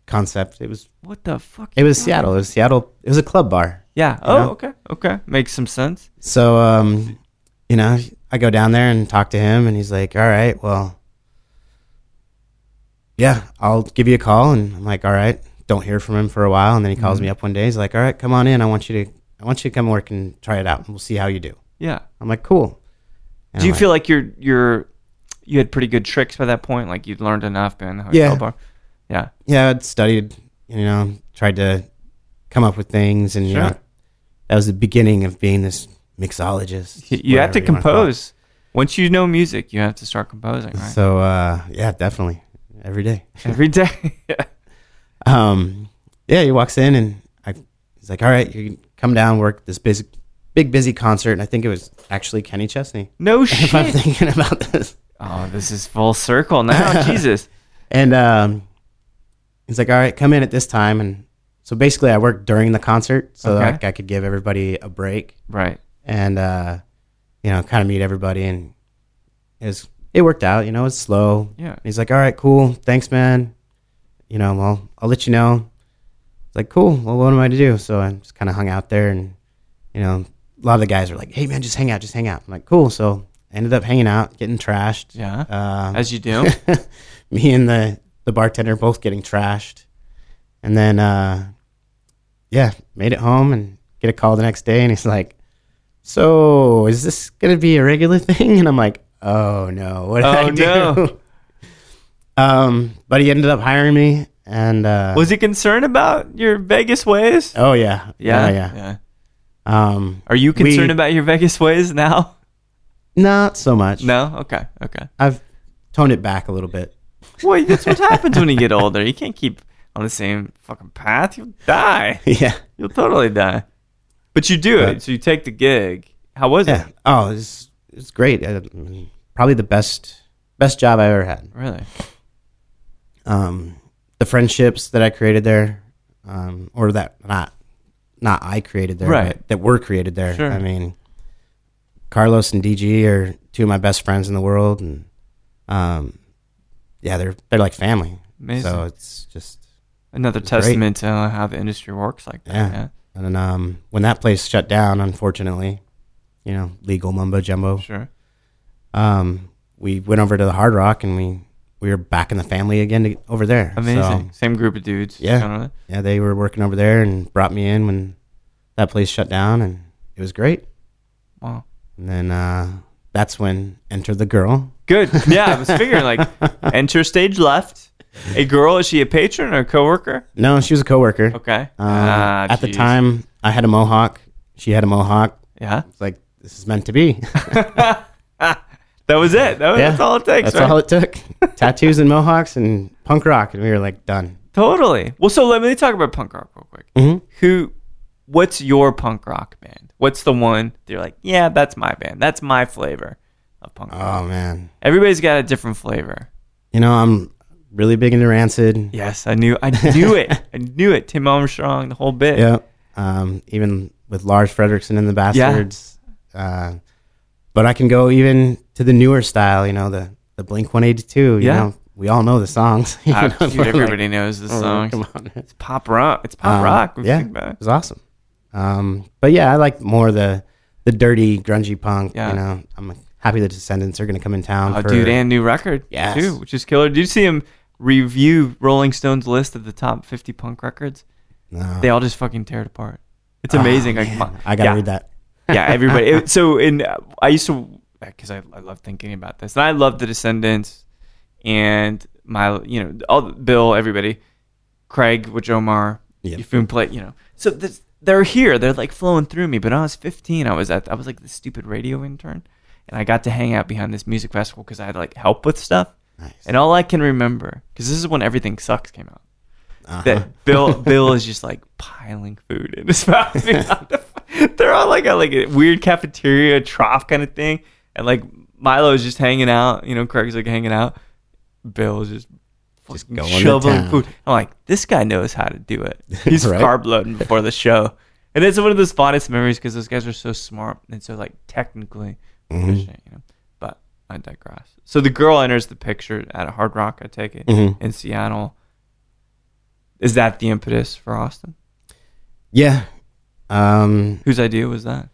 concept. It was What the fuck? it was Seattle. It was Seattle. It was a club bar. Yeah. Oh, know? okay. Okay. Makes some sense. So um, you know, I go down there and talk to him, and he's like, "All right, well, yeah, I'll give you a call." And I'm like, "All right." Don't hear from him for a while, and then he calls Mm-hmm. me up one day. He's like, "All right, come on in. I want you to, I want you to come work and try it out, and we'll see how you do." Yeah. I'm like, cool. And Do you I'm like, feel like you're you're you had pretty good tricks by that point? Like you'd learned enough being in the hotel Yeah. bar. Yeah. Yeah, I'd studied, you know, tried to come up with things, and you Sure. know, that was the beginning of being this mixologist. Y- You have to whatever you wanna call it. compose. Once you know music, you have to start composing, right? So uh, yeah, definitely every day. Every day. yeah. Um, yeah, he walks in and I, he's like, "All right, you can come down, work this busy, big busy concert." And I think it was actually Kenny Chesney. No If I'm shit. thinking about this. Oh, this is full circle now. Jesus. And um, he's like, "All right, come in at this time." And so basically, I worked during the concert so Okay. like I could give everybody a break Right. and uh, you know, kind of meet everybody. And it was it worked out. You know, it's slow. Yeah. And he's like, "All right, cool, thanks, man." You know, well, I'll let you know. It's like, cool. Well, what am I to do? So I just kind of hung out there, and you know, a lot of the guys are like, "Hey, man, just hang out, just hang out." I'm like, cool. So I ended up hanging out, getting trashed. Yeah. Uh, As you do. me and the the bartender both getting trashed and then uh yeah made it home and get a call the next day and he's like so is this gonna be a regular thing and i'm like oh no what did Oh, i do no. um but he ended up hiring me and uh Was he concerned about your Vegas ways? oh yeah Yeah. Oh, yeah um Are you We- concerned about your Vegas ways now? not so much No. Okay. Okay. i've toned it back a little bit Well, that's what happens when you get older. You can't keep on the same fucking path. You'll die. yeah You'll totally die. But you do it. So you take the gig. How was yeah it? oh it's it's great I mean, probably the best best job i ever had Really? um, the friendships that I created there, um, or that not not I created there, Right. but that were created there. Sure. I mean, Carlos and DG are two of my best friends in the world, and um, yeah, they're they're like family. Amazing. So it's just Another testament to how the industry works like that. Yeah. Yeah. And then um, when that place shut down, unfortunately, you know, legal mumbo jumbo. Sure. Um, we went over to the Hard Rock and we we were back in the family again to, over there. So, Amazing. Same group of dudes. Yeah. kinda. yeah, they were working over there and brought me in when that place shut down, and it was great. Wow. And then uh, that's when Enter the Girl. Good. Yeah, I was figuring like enter stage left. A girl, is she a patron or a coworker? No, she was a coworker. Okay. Um, Ah, at the jeez. time, I had a mohawk. She had a mohawk. Yeah. It's like this is meant to be. That was it. That was, That's all it takes. That's right? all it took. Tattoos and mohawks and punk rock, and we were like done. Totally. Well, so let me talk about punk rock real quick. Mhm. Who? What's your punk rock band? What's the one that you're like? Yeah, that's my band. That's my flavor of punk. rock. Oh man, Everybody's got a different flavor. you know I'm really big into Rancid. Yes, I knew. I knew it. I knew it. Tim Armstrong, the whole bit. Yep. Um, even with Lars Fredrickson and the Bastards. Uh, but I can go even to the newer style, you know, the, the Blink 182. You Yeah. know, we all know the songs. you Ah, know, dude, we're like, everybody knows this "Oh, song. Come on. It's pop rock. It's pop Um, rock. if you yeah. think about It it. was awesome. Um, but yeah, I like more the, the dirty, grungy punk. Yeah. You know, I'm happy the Descendants are going to come in town. Oh, for, dude, and new record. Yes. Too, which is killer. Did you see him review Rolling Stone's list of the top 50 punk records? No. They all just fucking tear it apart. It's amazing. like, my- uh, Ah, I got to yeah. read that. yeah, everybody. It- so, in uh, I used to because I, I love thinking about this, and I love the Descendants and my you know all the- Bill, everybody, Craig, which Omar, Yeah. Yifun play, you know. So this, they're here. They're like flowing through me. But when I was 15, I was at I was like this stupid radio intern, and I got to hang out behind this music festival because I had to like help with stuff. Nice. And all I can remember, because this is when everything sucks came out Uh-huh. that Bill Bill is just like piling food in his mouth. They're all like a like a weird cafeteria trough kind of thing, and like Milo's just hanging out. You know, Craig's like hanging out. Bill's just Just fucking going to shoveling town. food. I'm like, this guy knows how to do it. He's Right? carb loading before the show, and it's one of those fondest memories because those guys are so smart and so like technically Mm-hmm. proficient. You know, but I digress. So the girl enters the picture at Hard Rock. I take it Mhm. in Seattle is that the impetus for Austin? Yeah. Um, Whose idea was that?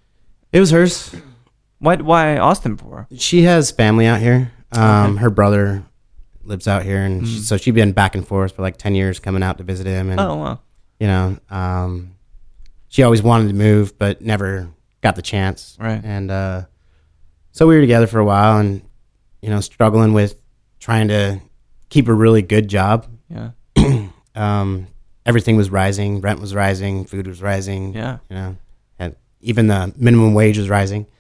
it was hers. Why, why Austin for? She has family out here. Um, Her brother lives out here, and she, so she'd been back and forth for like ten years, coming out to visit him. And Mm. Oh, wow. you know, um, she always wanted to move, but never got the chance. Right. And uh, so we were together for a while, and you know, struggling with trying to keep a really good job. Yeah. Um, everything was rising, rent was rising, food was rising. Yeah. you know, and even the minimum wage was rising.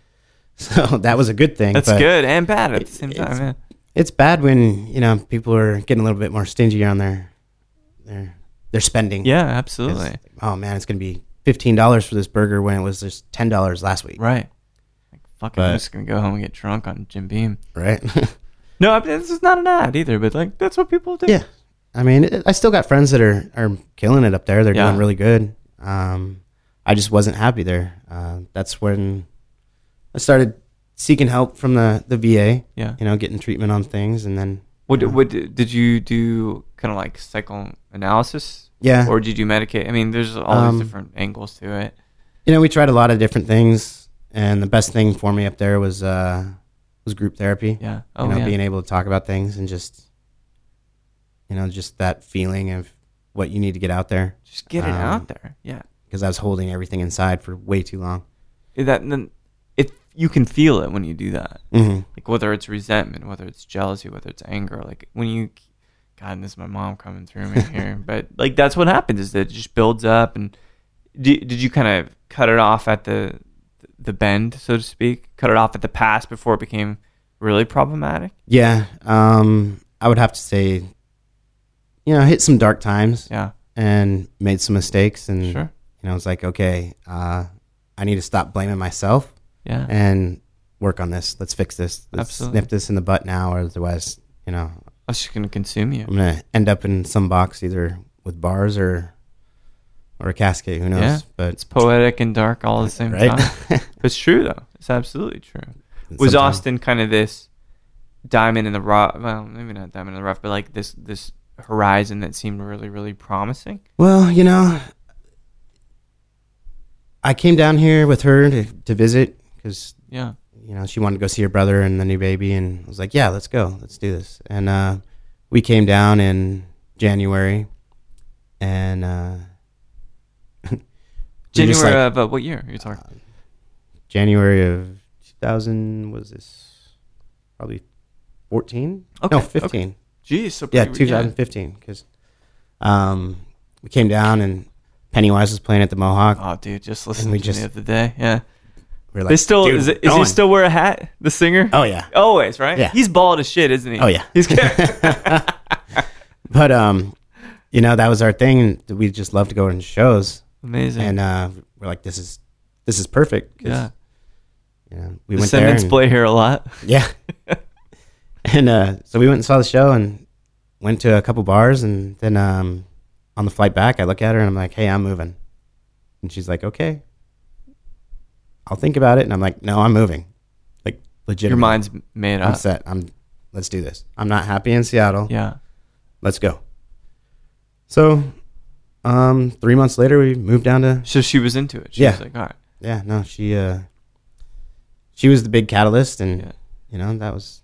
So that was a good thing. That's but- good and bad at the same it's- time, man. it's bad when you know people are getting a little bit more stingy on their their their spending. Yeah, It's absolutely. like, oh man, it's gonna be fifteen dollars for this burger when it was just ten dollars last week. Right. Like, fuck, But- I'm just going to go home and get drunk on Jim Beam. Right. No, I mean, this is not an ad either, but like, that's what people do. yeah. I mean, it, I still got friends that are are killing it up there. They're Yeah. doing really good. Um, I just wasn't happy there. Uh, that's when I started seeking help from the the VA. Yeah. You know, getting treatment on things, and then What, what did you do kind of like psychoanalysis? yeah. Or did you do medicate? I mean, there's all Um, these different angles to it. you know, we tried a lot of different things, and the best thing for me up there was uh, was group therapy. Yeah. Oh, you know, yeah. being able to talk about things and just, you know, just that feeling of what you need to get out there just get it um, out there. Yeah. because I was holding everything inside for way too long. That, then, if you can feel it when you do that. Mm-hmm. like whether it's resentment, whether it's jealousy, whether it's anger, like when you, God, and this is my mom coming through me here, but like that's what happens is that it just builds up. And did, did you kind of cut it off at the the bend, so to speak, cut it off at the pass before it became really problematic? Yeah, um, I would have to say, you know, I hit some dark times Yeah, and made some mistakes, and sure, you know, it's like, okay, uh, I need to stop blaming myself yeah, and work on this. Let's fix this. Let's Absolutely. nip this in the butt now, or otherwise, you know, I was just gonna consume you. I'm gonna end up in some box either with bars or or a casket. Who knows? Yeah. But Poetic and dark all at the same right, time. It's true though. It's absolutely true. was Sometime. Austin kind of this diamond in the rough? Well, maybe not diamond in the rough, but like this this horizon that seemed really really promising. Well, you know, I came down here with her to, to visit because Yeah. you know she wanted to go see her brother and the new baby, and I was like, yeah, let's go, let's do this. And uh, we came down in January, and uh, we just, January like, of uh, what year? You're talking. January of 2000 was this probably 14? Okay, no, okay. 15. Jeez. So Yeah, pretty- 2015 because um, we came down and Pennywise was playing at the Mohawk. Oh, dude, just listened we to just- me the other day. Yeah. We were like, they still "Dude, is, it, we're is he going." still wear a hat? The singer. Oh yeah, Always, right? Yeah. He's bald as shit, isn't he? Oh, yeah. He's ca- but um, you know that was our thing. and We just love to go to shows, amazing. and uh, we're like, this is this is perfect. 'cause, yeah. you know, we went there. Descendants and- play here a lot. Yeah. and uh, so we went and saw the show and went to a couple bars. And then um, on the flight back, I look at her and I'm like, hey, I'm moving. And she's like, okay, I'll think about it. And I'm like, no, I'm moving. Like, legit. Your mind's made I'm up. set. I'm, let's do this. I'm not happy in Seattle. Yeah. Let's go. So um, three months later, we moved down to So she was into it. She Yeah. was like, all right. yeah no she uh she was the big catalyst and Yeah. you know that was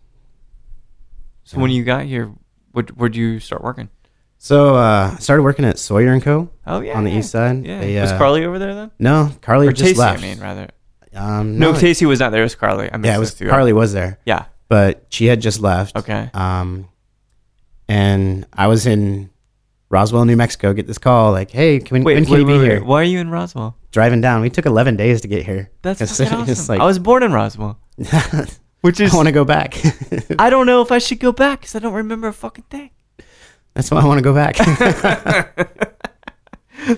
So when you got here, what where'd you start working? so uh I started working at sawyer and co Oh yeah. on the east side Yeah. They, was uh, Carly over there then? no carly Or just Casey, left I mean, rather. um No, no, Casey was not there. It was Carly. I mixed yeah it was those two up. carly was there Yeah. but she had just left Okay. um and i was in roswell new mexico get this call like hey can we Wait, when wait, can you wait, be wait. here Why are you in Roswell? driving down we took 11 days to get here That's 'Cause fucking it's awesome. like- I was born in Roswell, which is i want to go back I don't know if I should go back because I don't remember a fucking thing. that's why i want to go back Oh,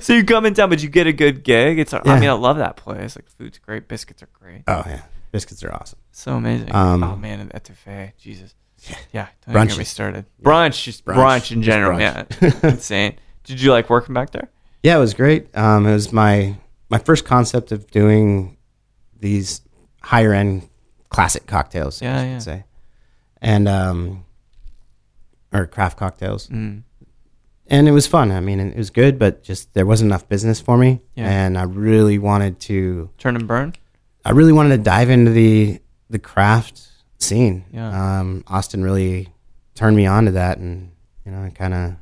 So you come in town, but you get a good gig. It's I Yeah. mean I love that place. Like food's great, biscuits are great, oh yeah biscuits are awesome so amazing. Um, oh man, and etouffee, Jesus, yeah. Don't even Brunch get me is- started. Brunch, just brunch, Brunch, in just general, brunch. yeah, insane. Did you like working back there? Yeah, it was great. Um, it was my my first concept of doing these higher end classic cocktails. Yeah, I should yeah. say, and um, or craft cocktails, Mm. and it was fun. I mean, it was good, but just there wasn't enough business for me, Yeah. and I really wanted to. Turn and burn. I really wanted to dive into the the craft scene. Yeah. Um, Austin really turned me on to that, and you know, I kind of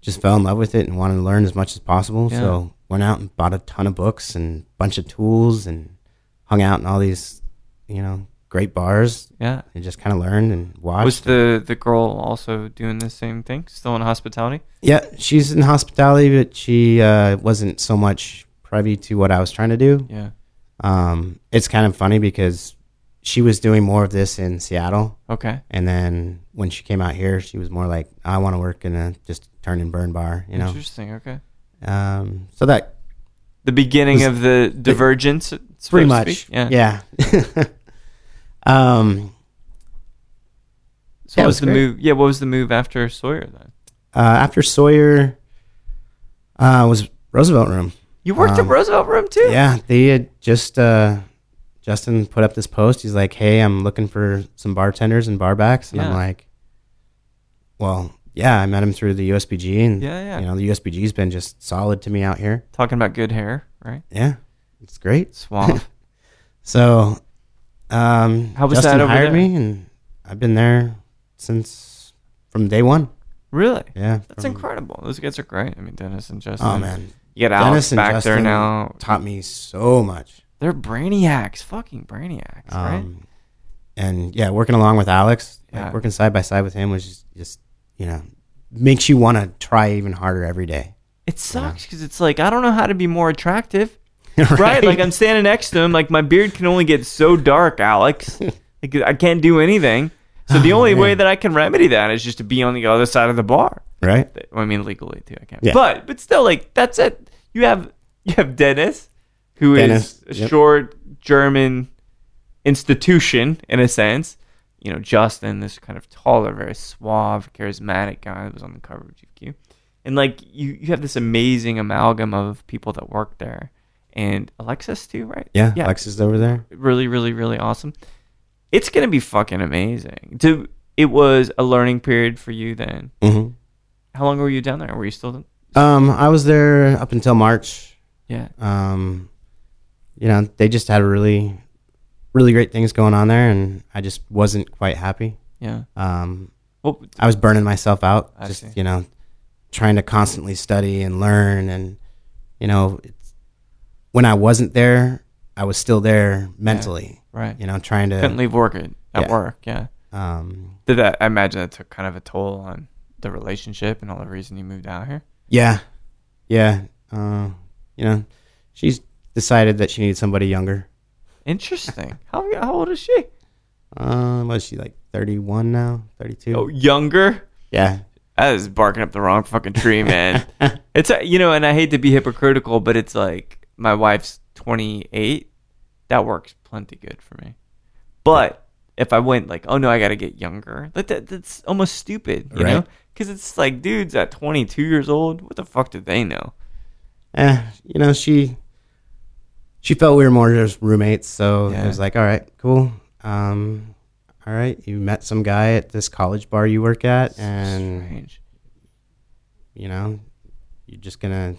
just fell in love with it and wanted to learn as much as possible. Yeah. So went out and bought a ton of books and bunch of tools and hung out in all these, you know, great bars Yeah. and just kind of learned and watched. Was the the girl also doing the same thing? Still in hospitality? yeah, she's in hospitality, but she uh, wasn't so much privy to what I was trying to do. Yeah. Um, it's kind of funny because she was doing more of this in Seattle. Okay. And then when she came out here, she was more like, I want to work in a just turn and burn bar, you know? Interesting. Okay. Um, so that The beginning Was- of the divergence, so to pretty much, speak? Yeah. yeah. um, So what Yeah, was it was the great. move? Yeah. What was the move after Sawyer then? uh, after Sawyer, uh, was Roosevelt Room. You worked Um, at Roosevelt Room too? Yeah. They had just, uh, Justin put up this post. He's like, Hey, I'm looking for some bartenders and barbacks. And Yeah. I'm like, well, yeah, I met him through the USBG and, Yeah, yeah. you know, the USBG's been just solid to me out here. Talking about good hair, right? Yeah. It's great. Swamp. So, um, How was Justin that over hired there? me, and I've been there since from day one. really? Yeah, That's from- incredible. Those guys are great. I mean, Dennis and Justin. Oh man, You got Alex Dennis and back there Justin now. taught me so much. They're brainiacs. Fucking brainiacs, right? Um, and yeah, working along with Alex, Yeah. like working side by side with him was just, just you know makes you want to try even harder every day. It sucks because it's like, I don't know how to be more attractive, right? right? Like, I'm standing next to him. Like, my beard can only get so dark, Alex. like, I can't do anything. Oh, So, the only way that I can remedy that is just to be on the other side of the bar. right. Th- well, I mean, legally too. I can't. Yeah. But but still, like that's it. You have you have Dennis, who is Dennis, a yep. short German institution in a sense. You know, Justin, this kind of taller, very suave, charismatic guy that was on the cover of GQ, and like you you have this amazing amalgam of people that work there, and Alexis too, right? Yeah, yeah Alex is over there. really, really, really awesome. It's gonna be fucking amazing. To it was a learning period for you then. hmm How long were you down there? Were you still Um, I was there up until March. Yeah. Um, you know, they just had really, really great things going on there, and I just wasn't quite happy. Yeah. Um, Well, I was burning myself out, I just see. you know, trying to constantly study and learn, and you know, it's, when I wasn't there, I was still there mentally. right. You know, trying Couldn't to. leave work at, at Yeah. work. Yeah. Um, Did that? I imagine that took kind of a toll on the relationship and all the reason you moved out here. yeah, yeah. Uh, you know, she's decided that she needed somebody younger. Interesting. how how old is she? Uh, was she like thirty-one now? Thirty-two? Oh, younger. yeah. That is barking up the wrong fucking tree, man. it's a, you know, and I hate to be hypocritical, but it's like my wife's 28. That works plenty good for me. But if I went like, oh no, I got to get younger, like that, that's almost stupid, you Right. know? Because it's like dudes at 22 years old, what the fuck do they know? eh, you know, she she felt we were more just roommates, so Yeah. it was like, all right, cool. Um, all right, you met some guy at this college bar you work at, and Strange. you know, you're just gonna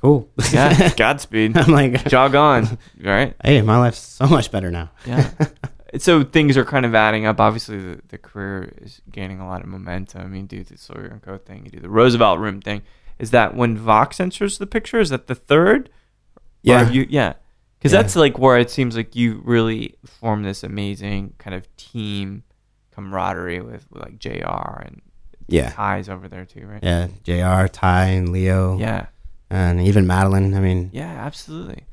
cool. Yeah, Godspeed. I'm like, Jog on, right? hey, my life's so much better now. Yeah. so things are kind of adding up. Obviously, the, the career is gaining a lot of momentum. I mean, do the Sawyer and Co. thing, you do the Roosevelt Room thing. Is that when Vox enters the picture? Is that the third? Or Yeah. have you, yeah. Because Yeah. that's like where it seems like you really form this amazing kind of team camaraderie with, with like JR and yeah, ties over there too, right? yeah. Jr. Ty and Leo, Yeah. and even Madeline. I mean, Yeah, absolutely.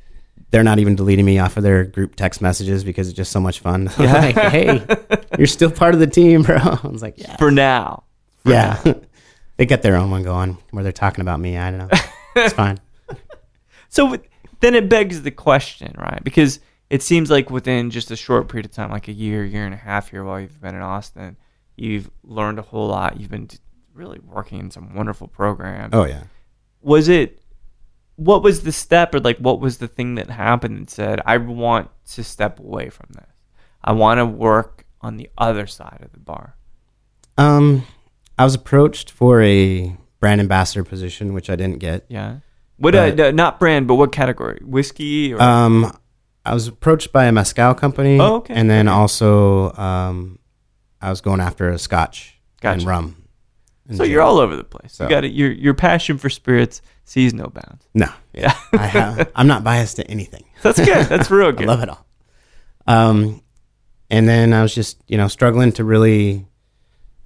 they're not even deleting me off of their group text messages because it's just so much fun. like, hey, you're still part of the team, bro. I was like, yeah, For now. For now. yeah. they got their own one going where they're talking about me. I don't know. It's fine. So with- then it begs the question, right? Because it seems like within just a short period of time, like a year, year and a half here while you've been in Austin, you've learned a whole lot. You've been t- really working in some wonderful programs. Oh yeah. Was it, what was the step or like what was the thing that happened and said, I want to step away from this? I want to work on the other side of the bar. Um, I was approached for a brand ambassador position, which I didn't get. Yeah. What, uh, But- no, not brand, but what category? Whiskey or Um, I was approached by a mezcal company. Oh, okay. And then also, um, I was going after a scotch Gotcha. and rum. So you're all over the place. So- You got it. Your your passion for spirits sees no bounds. no. Yeah. I have, I'm not biased to anything. That's good. That's real good. I love it all. Um, and then I was just you know struggling to really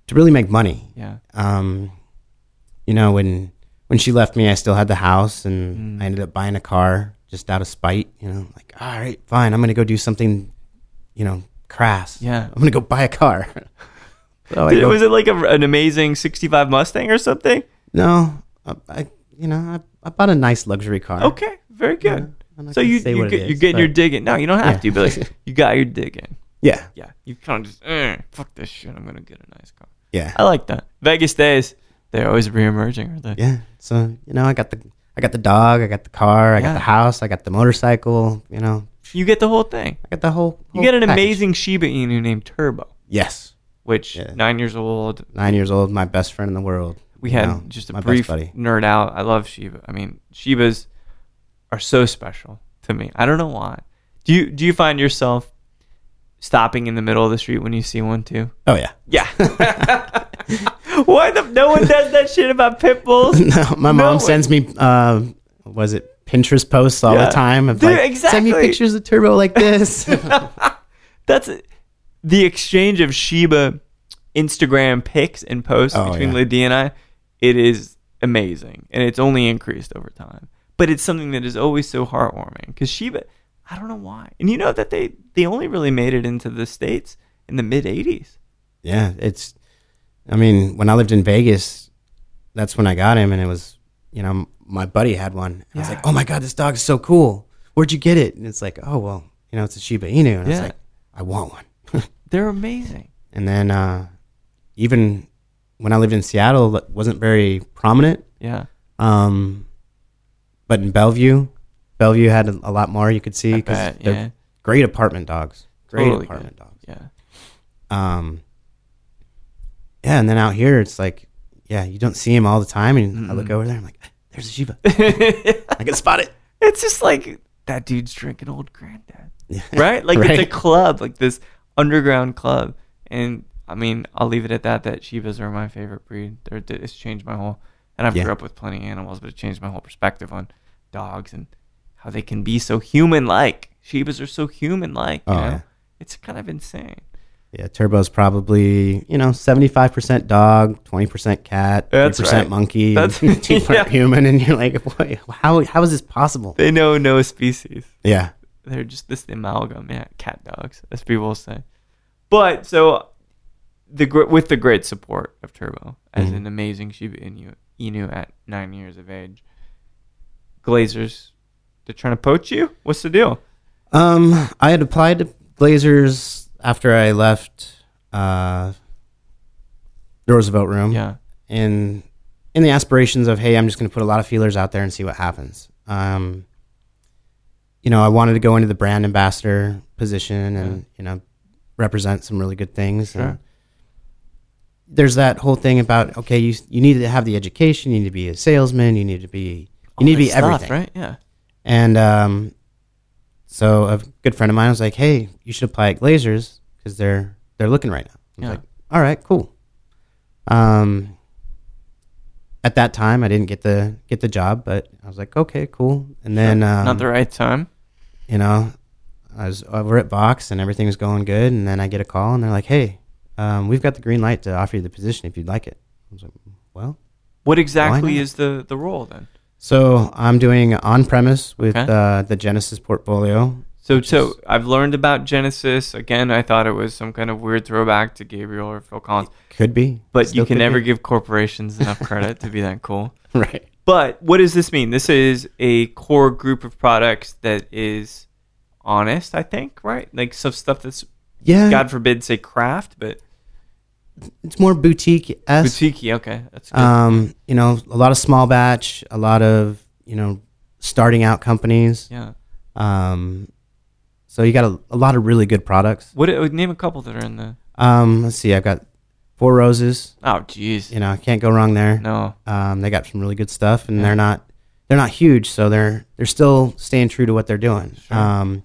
to really make money. Yeah. Um, you know when when she left me, I still had the house, and Mm. I ended up buying a car just out of spite. You know, like all right, fine, I'm gonna go do something. You know, crass. Yeah. I'm gonna go buy a car. so I Did- go, was it like a, an amazing '65 Mustang or something? no, I, I you know I, I bought a nice luxury car. Okay, very good. I'm not so gonna you, say you what it get, you're is, getting your but- digging. No, you don't have to. Yeah. But like, you got your digging. Yeah, Yeah, you kind of just eh, fuck this shit. I'm gonna get a nice car. yeah, I like that. Vegas days, they're always reemerging, aren't they? yeah. So you know, I got the I got the dog, I got the car, I Yeah. got the house, I got the motorcycle. You know, You get the whole thing. I got the whole. You whole get an package. amazing Shiba Inu named Turbo, Yes, which Yeah. nine years old, nine years old, my best friend in the world. we you had know, just my a best brief buddy. nerd out. I love Shiba. I mean, Shibas are so special to me. I don't know why. Do you do you find yourself stopping in the middle of the street when you see one too? Oh yeah, Yeah. why the no one does that shit about pit bulls? no, my No mom way. sends me. Uh, was it Pinterest posts all Yeah. the time? Of Dude, like, Send me exactly. pictures of Turbo like this. That's the exchange of Shiba Instagram pics and posts Oh, between yeah. Lydia and I. It is amazing, and it's only increased over time. But it's something that is always so heartwarming because Shiba. I don't know why, and you know that they they only really made it into the states in the mid '80s. yeah, it's. I mean, when I lived in Vegas, that's when I got him, and it was you know m- my buddy had one. And I was Yeah. like, oh my god, this dog is so cool. Where'd you get it? And it's like, oh well, you know, it's a Shiba Inu, and I was Yeah. like, I want one. They're amazing. and then uh, even when I lived in Seattle, it wasn't very prominent. Yeah, Um, but in Bellevue, Bellevue had a, a lot more you could see I because bet, they're yeah. great apartment dogs, great Totally apartment good. dogs. yeah. Um, yeah, and then out here it's like, Mm-hmm. yeah, you don't see him all the time, and I look over there, I'm like, there's a Shiba, I can spot it. It's just like that dude's drinking old granddad, right? Like Right. it's a club, like this underground club. And I mean, I'll leave it at that. That Shivas are my favorite breed. They're, it's changed my whole, and I've Yeah. grew up with plenty of animals, but it changed my whole perspective on dogs and how they can be so human-like. Shivas are so human-like. You Oh, know? yeah. It's kind of insane. Yeah, Turbo's probably, you know, 75% dog, 20% cat, That's 3% right. monkey, That's- 2% yeah. human. And you're like, boy, how, how is this possible? They know no species. Yeah. they're just this amalgam, yeah, cat dogs, as people will say. But so the gr- with the great support of Turbo as an amazing Shiba Inu, Inu at nine years of age, Glazers, they're trying to poach you. What's the deal? Um, I had applied to Glazers after I left uh, the Roosevelt Room. Yeah, in in the aspirations of hey, I'm just going to put a lot of feelers out there and see what happens. Um, you know, I wanted to go into the brand ambassador position and you know represent some really good things. Sure. And there's that whole thing about okay, you you need to have the education, you need to be a salesman, you need to be you need to be everything. right? Yeah, And um, so a good friend of mine was like, "Hey, you should apply at Glazers because they're they're looking right now." I was Yeah. like, "All right, cool." Um, at that time, I didn't get the get the job, but I was like, "Okay, cool." And then um, not the right time. you know, I was uh, we're at Vox and everything was going good, and then I get a call and they're like, "Hey, um, we've got the green light to offer you the position if you'd like it." I was like, "Well." What exactly not? is the the role then? So I'm doing on premise with Okay. uh, the Genesis portfolio. So, so I've learned about Genesis again. I thought it was some kind of weird throwback to Gabriel or Phil Collins, Could be, but Still you can could never be. give corporations enough credit to be that cool. right. But what does this mean? This is a core group of products that is honest, I think, right? Like some stuff that's Yeah, God forbid say craft, but it's more boutique esque. boutique. Okay, that's good. Um, you know, a lot of small batch, a lot of you know, starting out companies. yeah. Um, so you got a, a lot of really good products. What uh, name a couple that are in the? Um, let's see, I've got four roses. Oh, jeez. You know, I can't go wrong there. No. Um, they got some really good stuff, and they're not they're not huge, so they're they're still staying true to what they're doing. Um,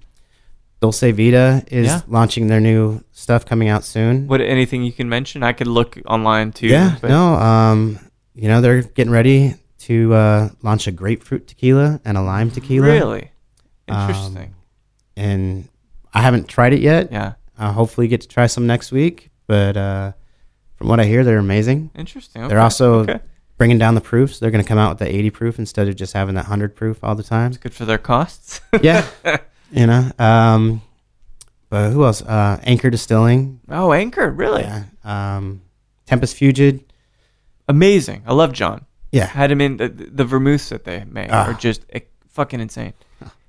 Dulce Vita is Yeah. launching their new stuff coming out soon. What anything you can mention? I could look online too. Yeah, but- no, um, you know they're getting ready to uh, launch a grapefruit tequila and a lime tequila, Really Um, interesting. and I haven't tried it yet. yeah, I'll hopefully get to try some next week, but uh, from what I hear, they're amazing. interesting. Okay. They're also okay. bringing down the proofs. They're going to come out with the 80 proof instead of just having that 100 proof all the time. good for their costs. yeah, you know. Um, but who else? Uh, Anchor Distilling, oh, Anchor, really yeah. um, Tempest Fugid, amazing. I love John. yeah, had him in the, the vermouths that they make are Ah. just eh, fucking insane.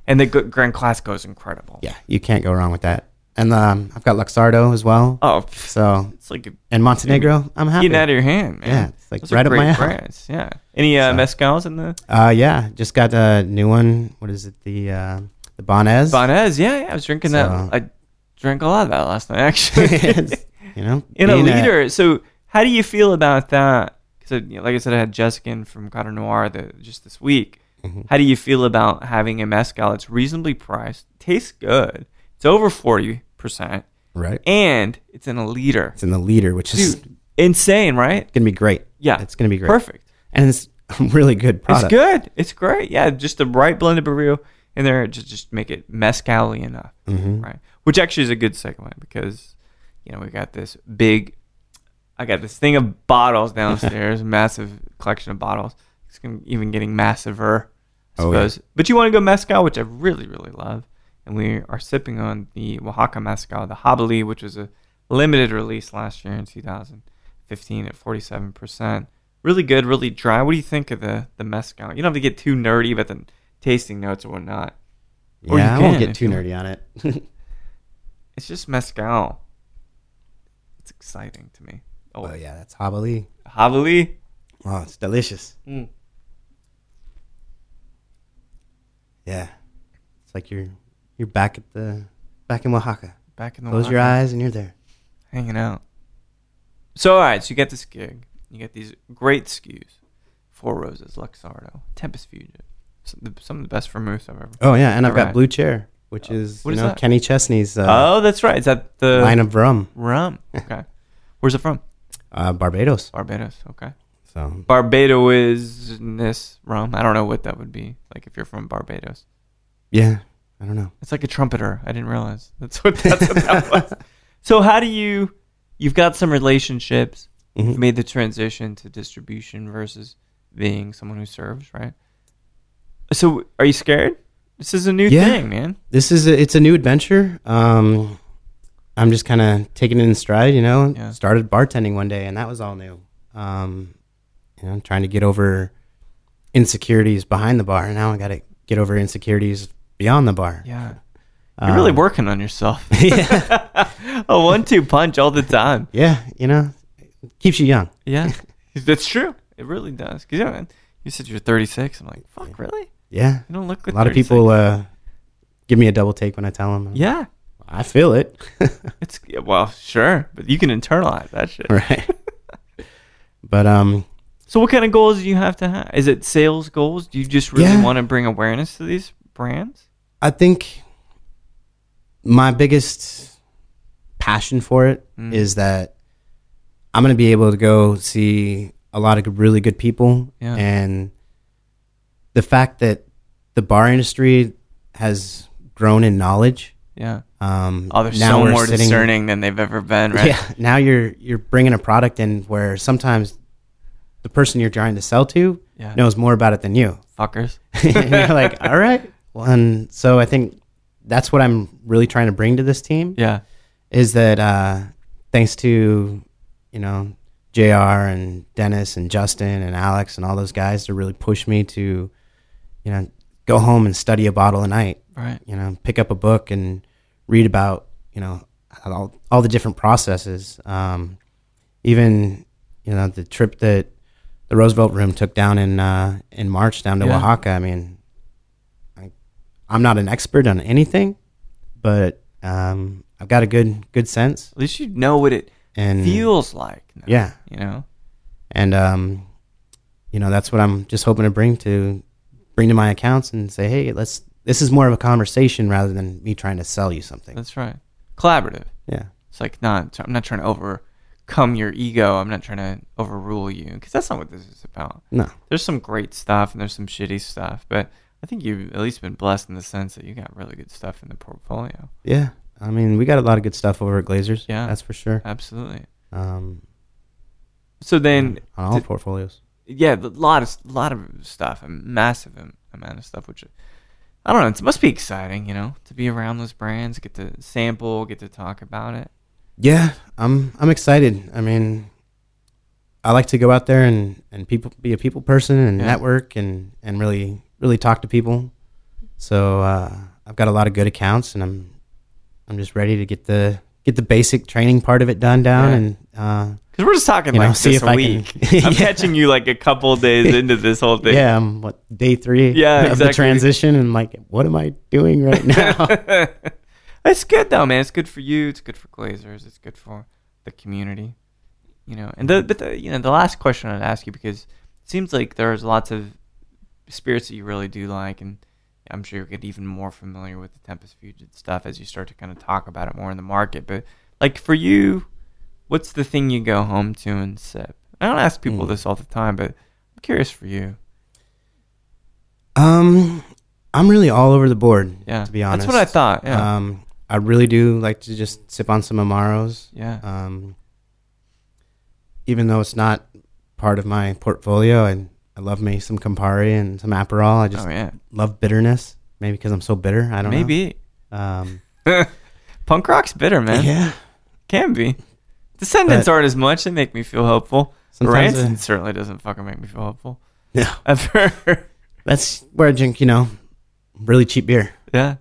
And the G- Grand Classico is incredible. yeah. You can't go wrong with that. And um, I've got Luxardo as well. Oh, pff, So it's like you're and Montenegro, I'm happy. getting out of your hand, man. Yeah, it's like Those are right up great my alley. brands. Yeah. Any uh, mezcals in the Uh, yeah, just got a new one. What is it? The uh, the Bonez. Bonez? Yeah, yeah. I was drinking So- that. I drank a lot of that last night, actually. It's, you know, in a being leader. so, how do you feel about that? Because, you know, like I said, I had Jessica in from Cotton Noir the, just this week. Mm-hmm. How do you feel about having a mezcal that's reasonably priced, tastes good, it's over forty percent, right? and it's in a liter. It's in the leader, which is Dude, insane, right? gonna be great. Yeah, it's gonna be great. Perfect. and it's a really good It's product. good. It's great. Yeah, just the right blend of burrito in there to just make it mezcal enough, Mm-hmm. right? Which actually is a good segue because you know we got this big, I got this thing of bottles downstairs, massive collection of bottles. It's gonna, even getting massiver, I Oh, yeah. suppose. But you want to go mezcal, which I really really love, and we are sipping on the Oaxaca mezcal, the Habali, which was a limited release last year in 2015 at 47 percent really good, really dry. What do you think of the the mezcal? You don't have to get too nerdy about the tasting notes or whatnot. Or you Yeah, I won't can get if too you want. nerdy on it. It's just mezcal. It's exciting to me. Oh, oh yeah, that's Habali. Havali. Oh, it's delicious. Mm. Yeah, it's like you're you're back at the back in Oaxaca. Back in the Oh, Close your Oaxaca, eyes and you're there. hanging out. So all right, so you get this gig. You get these great skews. Four Roses, Luxardo, Tempest Fugitive, s- the- some of the best vermouths I've ever. Oh yeah, and I've got Alright. Oh. Blue Chair, which is what you is know that? Kenny Chesney's uh, Oh, that's right. Is that the line of rum, rum? Okay. Where's it from? uh, Barbados. Barbados. Okay. So Barbadoisness rum. I don't know what that would be. Like if you're from Barbados, yeah, I don't know. it's like a trumpeter. I didn't realize that's what that's what that was. So how do you? You've got some relationships. You've Mhm. made the transition to distribution versus being someone who serves, right? So are you scared? This is a new Yeah. thing, man. This is a, it's a new adventure. Um, I'm just kind of taking it in stride, you know. Yeah. Started bartending one day, and that was all new. Um, you know, trying to get over insecurities behind the bar. Now I got to get over insecurities beyond the bar. Yeah. You're really Um, working on yourself. yeah, a one two punch all the time. yeah, you know, keeps you young. Yeah. That's true. It really does. 'Cause, yeah, man, you said you're 36. I'm like, fuck, really? Yeah, You don't look a good. lot of 36. people uh, give me a double take when I tell them. Yeah. I feel it. It's, yeah, well, sure. But you can internalize that shit. right. but um, So, what kind of goals do you have to have? Is it sales goals? Do you just really Yeah. want to bring awareness to these brands? I think my biggest passion for it is Mm. that I'm going to be able to go see a lot of good- really good people. Yeah. And the fact that the bar industry has grown in knowledge. Yeah. Um, Oh, they're now so we're more sitting- discerning than they've ever been, right? Yeah. Now you're you're bringing a product in where sometimes the person you're trying to sell to Yeah. knows more about it than you. Fuckers. and you're like, all right. Well, and so I think that's what I'm really trying to bring to this team Yeah. is that uh, thanks to you know Jr. and Dennis and Justin and Alex and all those guys to really push me to you know go home and study a bottle a night. Right. You know, pick up a book and read about you know all, all the different processes. Um, even you know the trip that the Roosevelt Room took down in uh, in March down to Yeah. Oaxaca. I mean, I, I'm not an expert on anything, but um, I've got a good good sense At least you know what it and feels like. now, yeah, You know? and um, you know that's what I'm just hoping to bring to bring to my accounts and say, hey, let's. This is more of a conversation rather than me trying to sell you something. That's right. Collaborative. Yeah, It's like not. I'm not trying to overcome your ego. I'm not trying to overrule you because that's not what this is about. no, There's some great stuff and there's some shitty stuff, but I think you've at least been blessed in the sense that you got really good stuff in the portfolio. yeah. I mean, we got a lot of good stuff over at Glazers. Yeah. that's for sure. Absolutely. Um, So then, on all did- portfolios. yeah, a lot of lot of stuff, a massive am- amount of stuff. Which I don't know. It must be exciting, you know, to be around those brands, get to sample, get to talk about it. Yeah, I'm I'm excited. I mean, I like to go out there and and people be a people person and Yeah. network and and really really talk to people. So uh, I've got a lot of good accounts, and I'm I'm just ready to get the get the basic training part of it done down, Yeah. and uh, Because we're just talking You know, like see this if I can- week. I'm Yeah. catching you like a couple days into this whole thing. yeah, I'm what day three Yeah, of exactly. the transition, and like, what am I doing right now? it's good though, man. It's good for you. It's good for Glazers. It's good for the community. You know, and the but the you know the last question I'd ask you because it seems like there's lots of spirits that you really do like, and I'm sure you'll get even more familiar with the Tempest Fugit stuff as you start to kind of talk about it more in the market. But like for you, what's the thing you go home to and sip? I don't ask people Mm. this all the time, but I'm curious for you. um, I'm really all over the board. Yeah, to be honest, that's what I thought. Yeah, Um, I really do like to just sip on some Amaros. yeah, Um, even though it's not part of my portfolio, and I love me some Campari and some Aperol. I just oh yeah, love bitterness. Maybe because I'm so bitter. I don't maybe. know. Um, Punk rock's bitter, man. yeah. Can be. Descendants But- aren't as much. They make me feel hopeful. Sometimes Rancid I- certainly doesn't fucking make me feel hopeful. No. Ever. That's where I drink, you know, really cheap beer. yeah.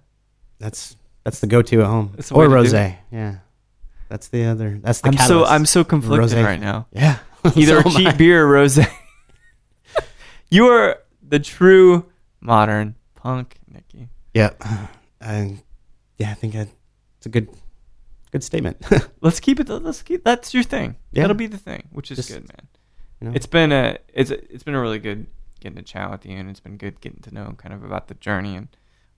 That's that's the go-to at home. That's the way or to do rosé. Yeah. That's the other. That's the I'm so catalyst. I'm so conflicted Rosé. right now. yeah. Either So am cheap I. beer or rose. you are the true modern punk, Nikki. Yeah. I, yeah, I think I, it's a good good statement. Let's keep it. Let's keep. That's your thing. Yeah. That'll be the thing, which is Just, good, man. you know. It's been a it's a, it's been a really good getting to chat with you, and it's been good getting to know kind of about the journey and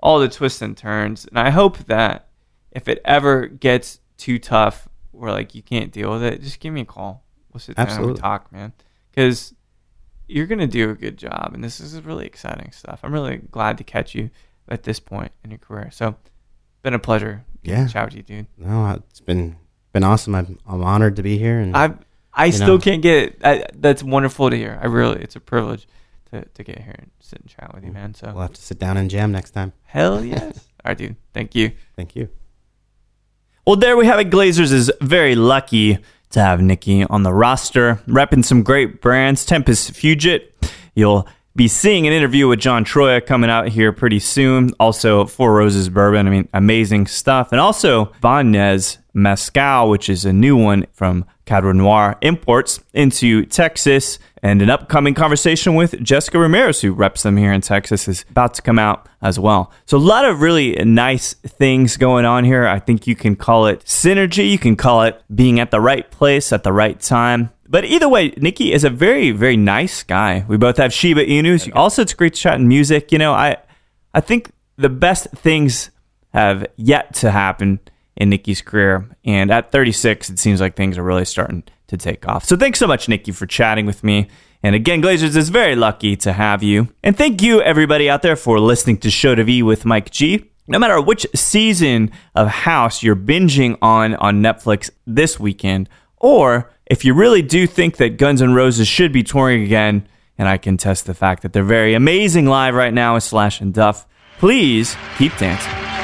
all the twists and turns. And I hope that if it ever gets too tough, where like you can't deal with it, just give me a call. We'll sit down and Absolutely. we'll talk, man, because you're gonna do a good job, and this is really exciting stuff. I'm really glad to catch you at this point in your career. So, been a pleasure. getting to Yeah. chat with you, dude. No, I- it's been been awesome. I'm, I'm honored to be here, and I I still know. can't get it. I, that's wonderful to hear. I really, it's a privilege to, to get here and sit and chat with you, man. So we'll have to sit down and jam next time. hell yes. All right, dude. Thank you. Thank you. Well, there we have it. Glazers is very lucky to have Nikki on the roster, repping some great brands. Tempest Fugit. You'll be seeing an interview with John Troya coming out here pretty soon. Also, Four Roses Bourbon. I mean, amazing stuff. And also, Vanez Mescal, which is a new one from Cadre Noir Imports into Texas. And an upcoming conversation with Jessica Ramirez, who reps them here in Texas, is about to come out as well. So, a lot of really nice things going on here. I think you can call it synergy, you can call it being at the right place at the right time. But either way, Nikki is a very, very nice guy. We both have Shiba Inus. Also, it's great chatting music. You know, I, I think the best things have yet to happen in Nikki's career. And at 36, it seems like things are really starting to take off. So thanks so much, Nikki, for chatting with me. And again, Glazers is very lucky to have you. And thank you, everybody out there, for listening to Show to V with Mike G. No matter which season of House you're binging on on Netflix this weekend, or if you really do think that Guns N' Roses should be touring again, and I can test the fact that they're very amazing live right now with Slash and Duff, please keep dancing.